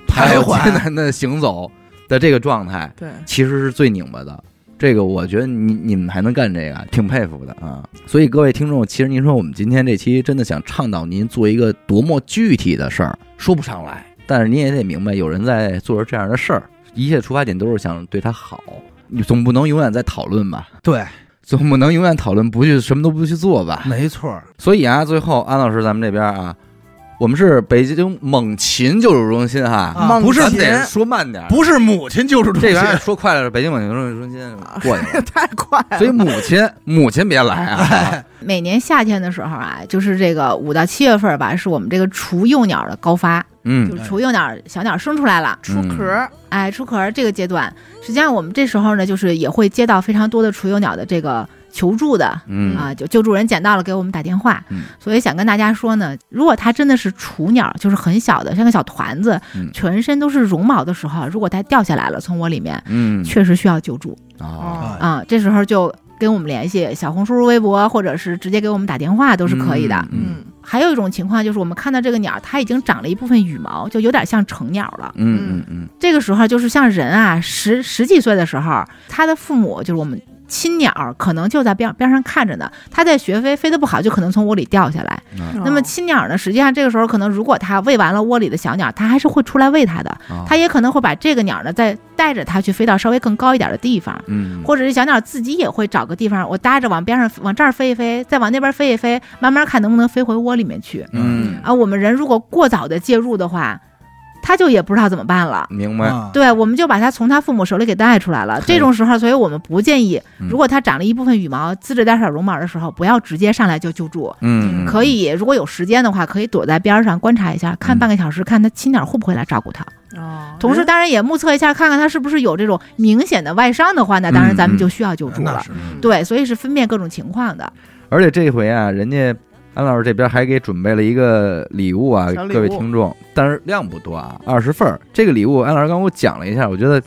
Speaker 2: 徘徊
Speaker 1: 还有艰难的行走的这个状态，
Speaker 3: 对，
Speaker 1: 其实是最拧巴的。这个我觉得你你们还能干这个，挺佩服的啊！所以各位听众，其实您说我们今天这期真的想倡导您做一个多么具体的事儿，说不上来，但是您也得明白，有人在做着这样的事儿，一切出发点都是想对他好，你总不能永远在讨论吧？
Speaker 2: 对，
Speaker 1: 总不能永远讨论不去什么都不去做吧？
Speaker 2: 没错儿，
Speaker 1: 所以啊，最后安老师咱们这边啊，我们是北京猛禽救助中心哈，
Speaker 2: 啊
Speaker 3: 猛
Speaker 2: 不是
Speaker 1: 咱
Speaker 3: 禽
Speaker 1: 得说慢点儿，
Speaker 2: 不是母亲就是中
Speaker 1: 这
Speaker 2: 心，
Speaker 1: 原来说快了是北京猛禽救助中心
Speaker 5: 啊
Speaker 1: 过 去了。
Speaker 3: 太快了，
Speaker 1: 所以母亲，母亲别来啊！
Speaker 5: 每年夏天的时候啊，就是这个五到七月份吧，是我们这个雏幼鸟的高发，
Speaker 1: 嗯
Speaker 5: 就，是雏幼鸟小鸟生出来了，
Speaker 3: 出壳儿，
Speaker 5: 哎，出壳儿这个阶段，实际上我们这时候呢，就是也会接到非常多的雏幼鸟的这个求助的。
Speaker 1: 嗯
Speaker 5: 啊，就救助人捡到了，给我们打电话，
Speaker 1: 嗯
Speaker 5: 所以想跟大家说呢，如果它真的是雏鸟，就是很小的，像个小团子，
Speaker 1: 嗯
Speaker 5: 全身都是绒毛的时候，啊如果它掉下来了，从窝里面，
Speaker 1: 嗯
Speaker 5: 啊确实需要救助
Speaker 1: 啊，
Speaker 3: 哦
Speaker 5: 啊、这时候就跟我们联系，小红书、微博，或者是直接给我们打电话都是可以的。
Speaker 1: 嗯
Speaker 3: 嗯
Speaker 5: 还有一种情况就是，我们看到这个鸟，它已经长了一部分羽毛，就有点像成鸟了。
Speaker 1: 嗯嗯嗯
Speaker 5: 这个时候就是像人啊，十十几岁的时候，他的父母就是我们亲鸟，可能就在边边上看着呢。他在学飞，飞得不好就可能从窝里掉下来。
Speaker 1: 嗯
Speaker 5: 那么
Speaker 3: 哦
Speaker 5: 亲鸟呢，实际上这个时候可能如果它喂完了窝里的小鸟，它还是会出来喂它的。
Speaker 1: 嗯，
Speaker 5: 它也可能会把这个鸟呢再带着它去飞到稍微更高一点的地方。
Speaker 1: 嗯
Speaker 5: 或者是小鸟自己也会找个地方，我搭着往边上往这儿飞一飞，再往那边飞一飞，慢慢看能不能飞回窝里面去。
Speaker 1: 嗯，
Speaker 5: 啊，我们人如果过早的介入的话，它就也不知道怎么办了。
Speaker 1: 明白。
Speaker 2: 啊，
Speaker 5: 对，我们就把它从它父母手里给带出来了。这种时候，所以我们不建议，
Speaker 1: 嗯
Speaker 5: 如果它长了一部分羽毛，滋着点小绒毛的时候，不要直接上来就救助。
Speaker 1: 嗯，
Speaker 5: 可以，如果有时间的话，可以躲在边上观察一下，看
Speaker 1: 嗯
Speaker 5: 半个小时，看它亲鸟会不会来照顾它。
Speaker 3: 哦
Speaker 5: 同时，
Speaker 3: 人
Speaker 5: 当然也目测一下，看看它是不是有这种明显的外伤的话，那当
Speaker 1: 嗯
Speaker 5: 然咱们
Speaker 1: 嗯
Speaker 5: 就需要救助
Speaker 2: 那
Speaker 5: 了。
Speaker 2: 是
Speaker 3: 嗯
Speaker 5: 对，所以是分辨各种情况的。
Speaker 1: 而且这回啊，人家安老师这边还给准备了一个礼物啊，
Speaker 3: 小礼物
Speaker 1: 各位听众，但是量不多啊，二十份儿。这个礼物安老师刚给我讲了一下，我觉得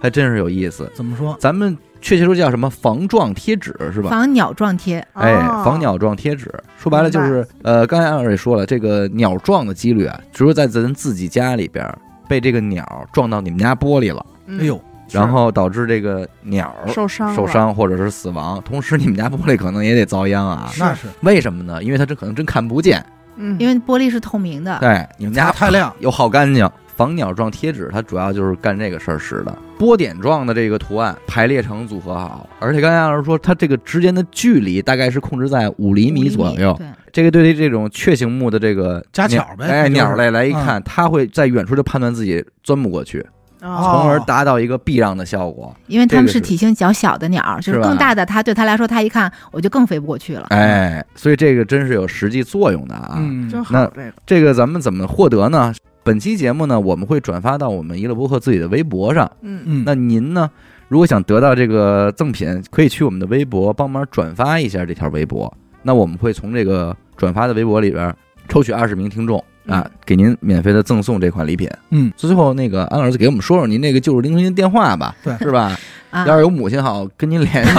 Speaker 1: 还真是有意思。
Speaker 2: 怎么说？
Speaker 1: 咱们确切说叫什么防撞贴纸是吧？
Speaker 5: 防鸟撞贴，
Speaker 1: 哎，
Speaker 3: 哦
Speaker 1: 防鸟撞贴纸，说白了就是，呃，刚才安老师也说了，这个鸟撞的几率啊，只有在咱自己家里边儿被这个鸟撞到你们家玻璃了，
Speaker 3: 嗯
Speaker 2: 哎呦，
Speaker 1: 然后导致这个鸟儿
Speaker 3: 受伤
Speaker 1: 受
Speaker 3: 了，
Speaker 1: 伤或者是死亡，同时你们家玻璃可能也得遭殃啊。
Speaker 2: 那是
Speaker 1: 为什么呢？因为它这可能真看不见，
Speaker 3: 嗯，
Speaker 5: 因为玻璃是透明
Speaker 3: 啊
Speaker 5: 的。
Speaker 1: 对，你们家
Speaker 2: 太亮，
Speaker 1: 又好干净。防鸟撞贴纸，它主要就是干这个事儿使的。波点状的这个图案排列成组合好，而且刚才安老师说，它这个之间的距离大概是控制在五厘
Speaker 5: 五
Speaker 1: 米
Speaker 5: 厘
Speaker 1: 左右。
Speaker 5: 对，
Speaker 1: 这个对于这种雀形目的这个
Speaker 2: 加巧
Speaker 1: 鸟
Speaker 2: 呗
Speaker 1: 哎，
Speaker 2: 就是嗯
Speaker 1: 鸟类来一看，它会在远处就判断自己钻不过去，
Speaker 3: 啊，
Speaker 1: 从而达到一个避让的效果。
Speaker 5: 因为他
Speaker 1: 这
Speaker 5: 们
Speaker 1: 个是
Speaker 5: 是体型较小的鸟儿，就是是
Speaker 1: 吧
Speaker 5: 更大的它对它来说，它一看我就更飞不过去了。
Speaker 1: 哎，所以这个真是有实际作用的啊。
Speaker 2: 嗯，
Speaker 3: 真好
Speaker 1: 那
Speaker 3: 这个
Speaker 1: 这个咱们怎么获得呢？本期节目呢，我们会转发到我们娱乐播客自己的微博上。
Speaker 3: 嗯
Speaker 2: 嗯，
Speaker 1: 那您呢？如果想得到这个赠品，可以去我们的微博帮忙转发一下这条微博。那我们会从这个转发的微博里边抽取二十名听众啊
Speaker 3: 嗯，
Speaker 1: 给您免费的赠送这款礼品。
Speaker 2: 嗯，
Speaker 1: 最后那个安老师给我们说说您那个救助中心电话吧，
Speaker 2: 对
Speaker 1: 是吧？
Speaker 5: 啊，
Speaker 1: 要是有母亲好跟您 联系，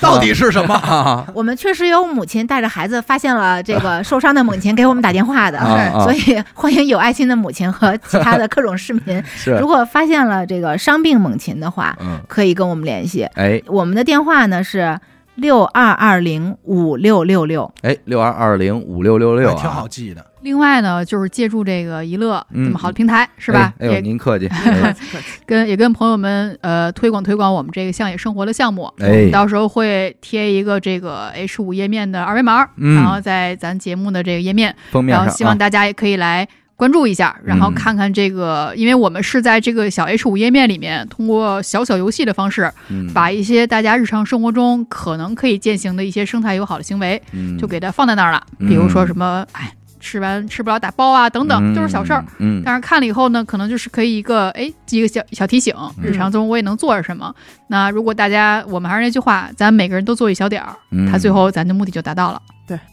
Speaker 2: 到底是什么？
Speaker 1: 啊
Speaker 5: 我们确实有母亲带着孩子发现了这个受伤的猛禽给我们打电话的，
Speaker 1: 啊啊
Speaker 5: 所以欢迎有爱心的母亲和其他的各种市民，
Speaker 1: 是
Speaker 5: 如果发现了这个伤病猛禽的话，
Speaker 1: 嗯，
Speaker 5: 可以跟我们联系。
Speaker 1: 哎
Speaker 5: 我们的电话呢是六二二零五六六六。
Speaker 1: 哎，六二二零五六六六 啊
Speaker 2: 哎挺好记的。
Speaker 4: 另外呢，就是借助这个一乐这
Speaker 1: 嗯
Speaker 4: 么好的平台，是吧？
Speaker 1: 哎呦，
Speaker 4: 也
Speaker 1: 您 客气，
Speaker 3: 客
Speaker 1: 哎
Speaker 3: 气客气
Speaker 4: 跟也跟朋友们呃推广推广我们这个向野生活的项目。
Speaker 1: 哎
Speaker 4: 到时候会贴一个这个 H 五页面的二维码，
Speaker 1: 嗯
Speaker 4: 然后在咱节目的这个页面，
Speaker 1: 封面
Speaker 4: 然
Speaker 1: 上
Speaker 4: 后希望
Speaker 1: 啊
Speaker 4: 大家也可以来关注一下，然后
Speaker 1: 嗯
Speaker 4: 看看这个，因为我们是在这个小 H 五页面里面，通过小小游戏的方式，
Speaker 1: 嗯
Speaker 4: 把一些大家日常生活中可能可以践行的一些生态友好的行为，
Speaker 1: 嗯
Speaker 4: 就给它放在那儿了。比如说什么，哎，吃完吃不了打包啊，等等，就是小事儿。，
Speaker 1: 嗯嗯
Speaker 4: 但是看了以后呢，可能就是可以一个哎，一个小小提醒，
Speaker 1: 嗯
Speaker 4: 日常中我也能做点什么。那如果大家，我们还是那句话，咱每个人都做一小点儿，
Speaker 1: 嗯
Speaker 4: 他最后咱的目的就达到了。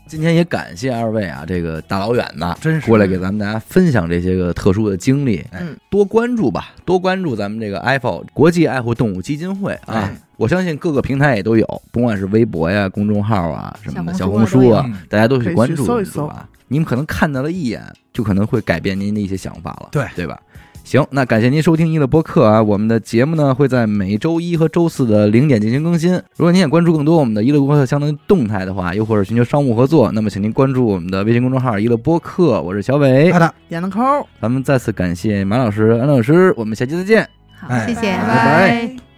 Speaker 1: 今天也感谢二位啊，这个大老远的，
Speaker 2: 真是
Speaker 1: 过来给咱们大家分享这些个特殊的经历，哎
Speaker 3: 嗯
Speaker 1: 多关注吧，多关注咱们这个 IFO 国际爱护动物基金会啊
Speaker 2: 哎，
Speaker 1: 我相信各个平台也都有，不管是微博呀、公众号啊什么的，小
Speaker 5: 小
Speaker 1: 红
Speaker 5: 红书
Speaker 1: 书
Speaker 5: 啊
Speaker 1: 啊
Speaker 2: 都有，
Speaker 1: 大家都去关注
Speaker 3: 可以去搜
Speaker 1: 关注
Speaker 3: 一
Speaker 1: 啊。你们可能看到了一眼，就可能会改变您的一些想法了，
Speaker 2: 对
Speaker 1: 对吧？行，那感谢您收听一乐播客啊！我们的节目呢会在每周一和周四的零点进行更新。如果您想关注更多我们的一乐播客相当于动态的话，又或者寻求商务合作，那么请您关注我们的微信公众号“一乐播客”，我是小伟
Speaker 2: 好。的，
Speaker 3: 点个扣儿，
Speaker 1: 咱们再次感谢马老师、安老师，我们下期再见。
Speaker 5: 好，
Speaker 2: 哎
Speaker 5: 谢谢，
Speaker 1: 拜拜
Speaker 4: 拜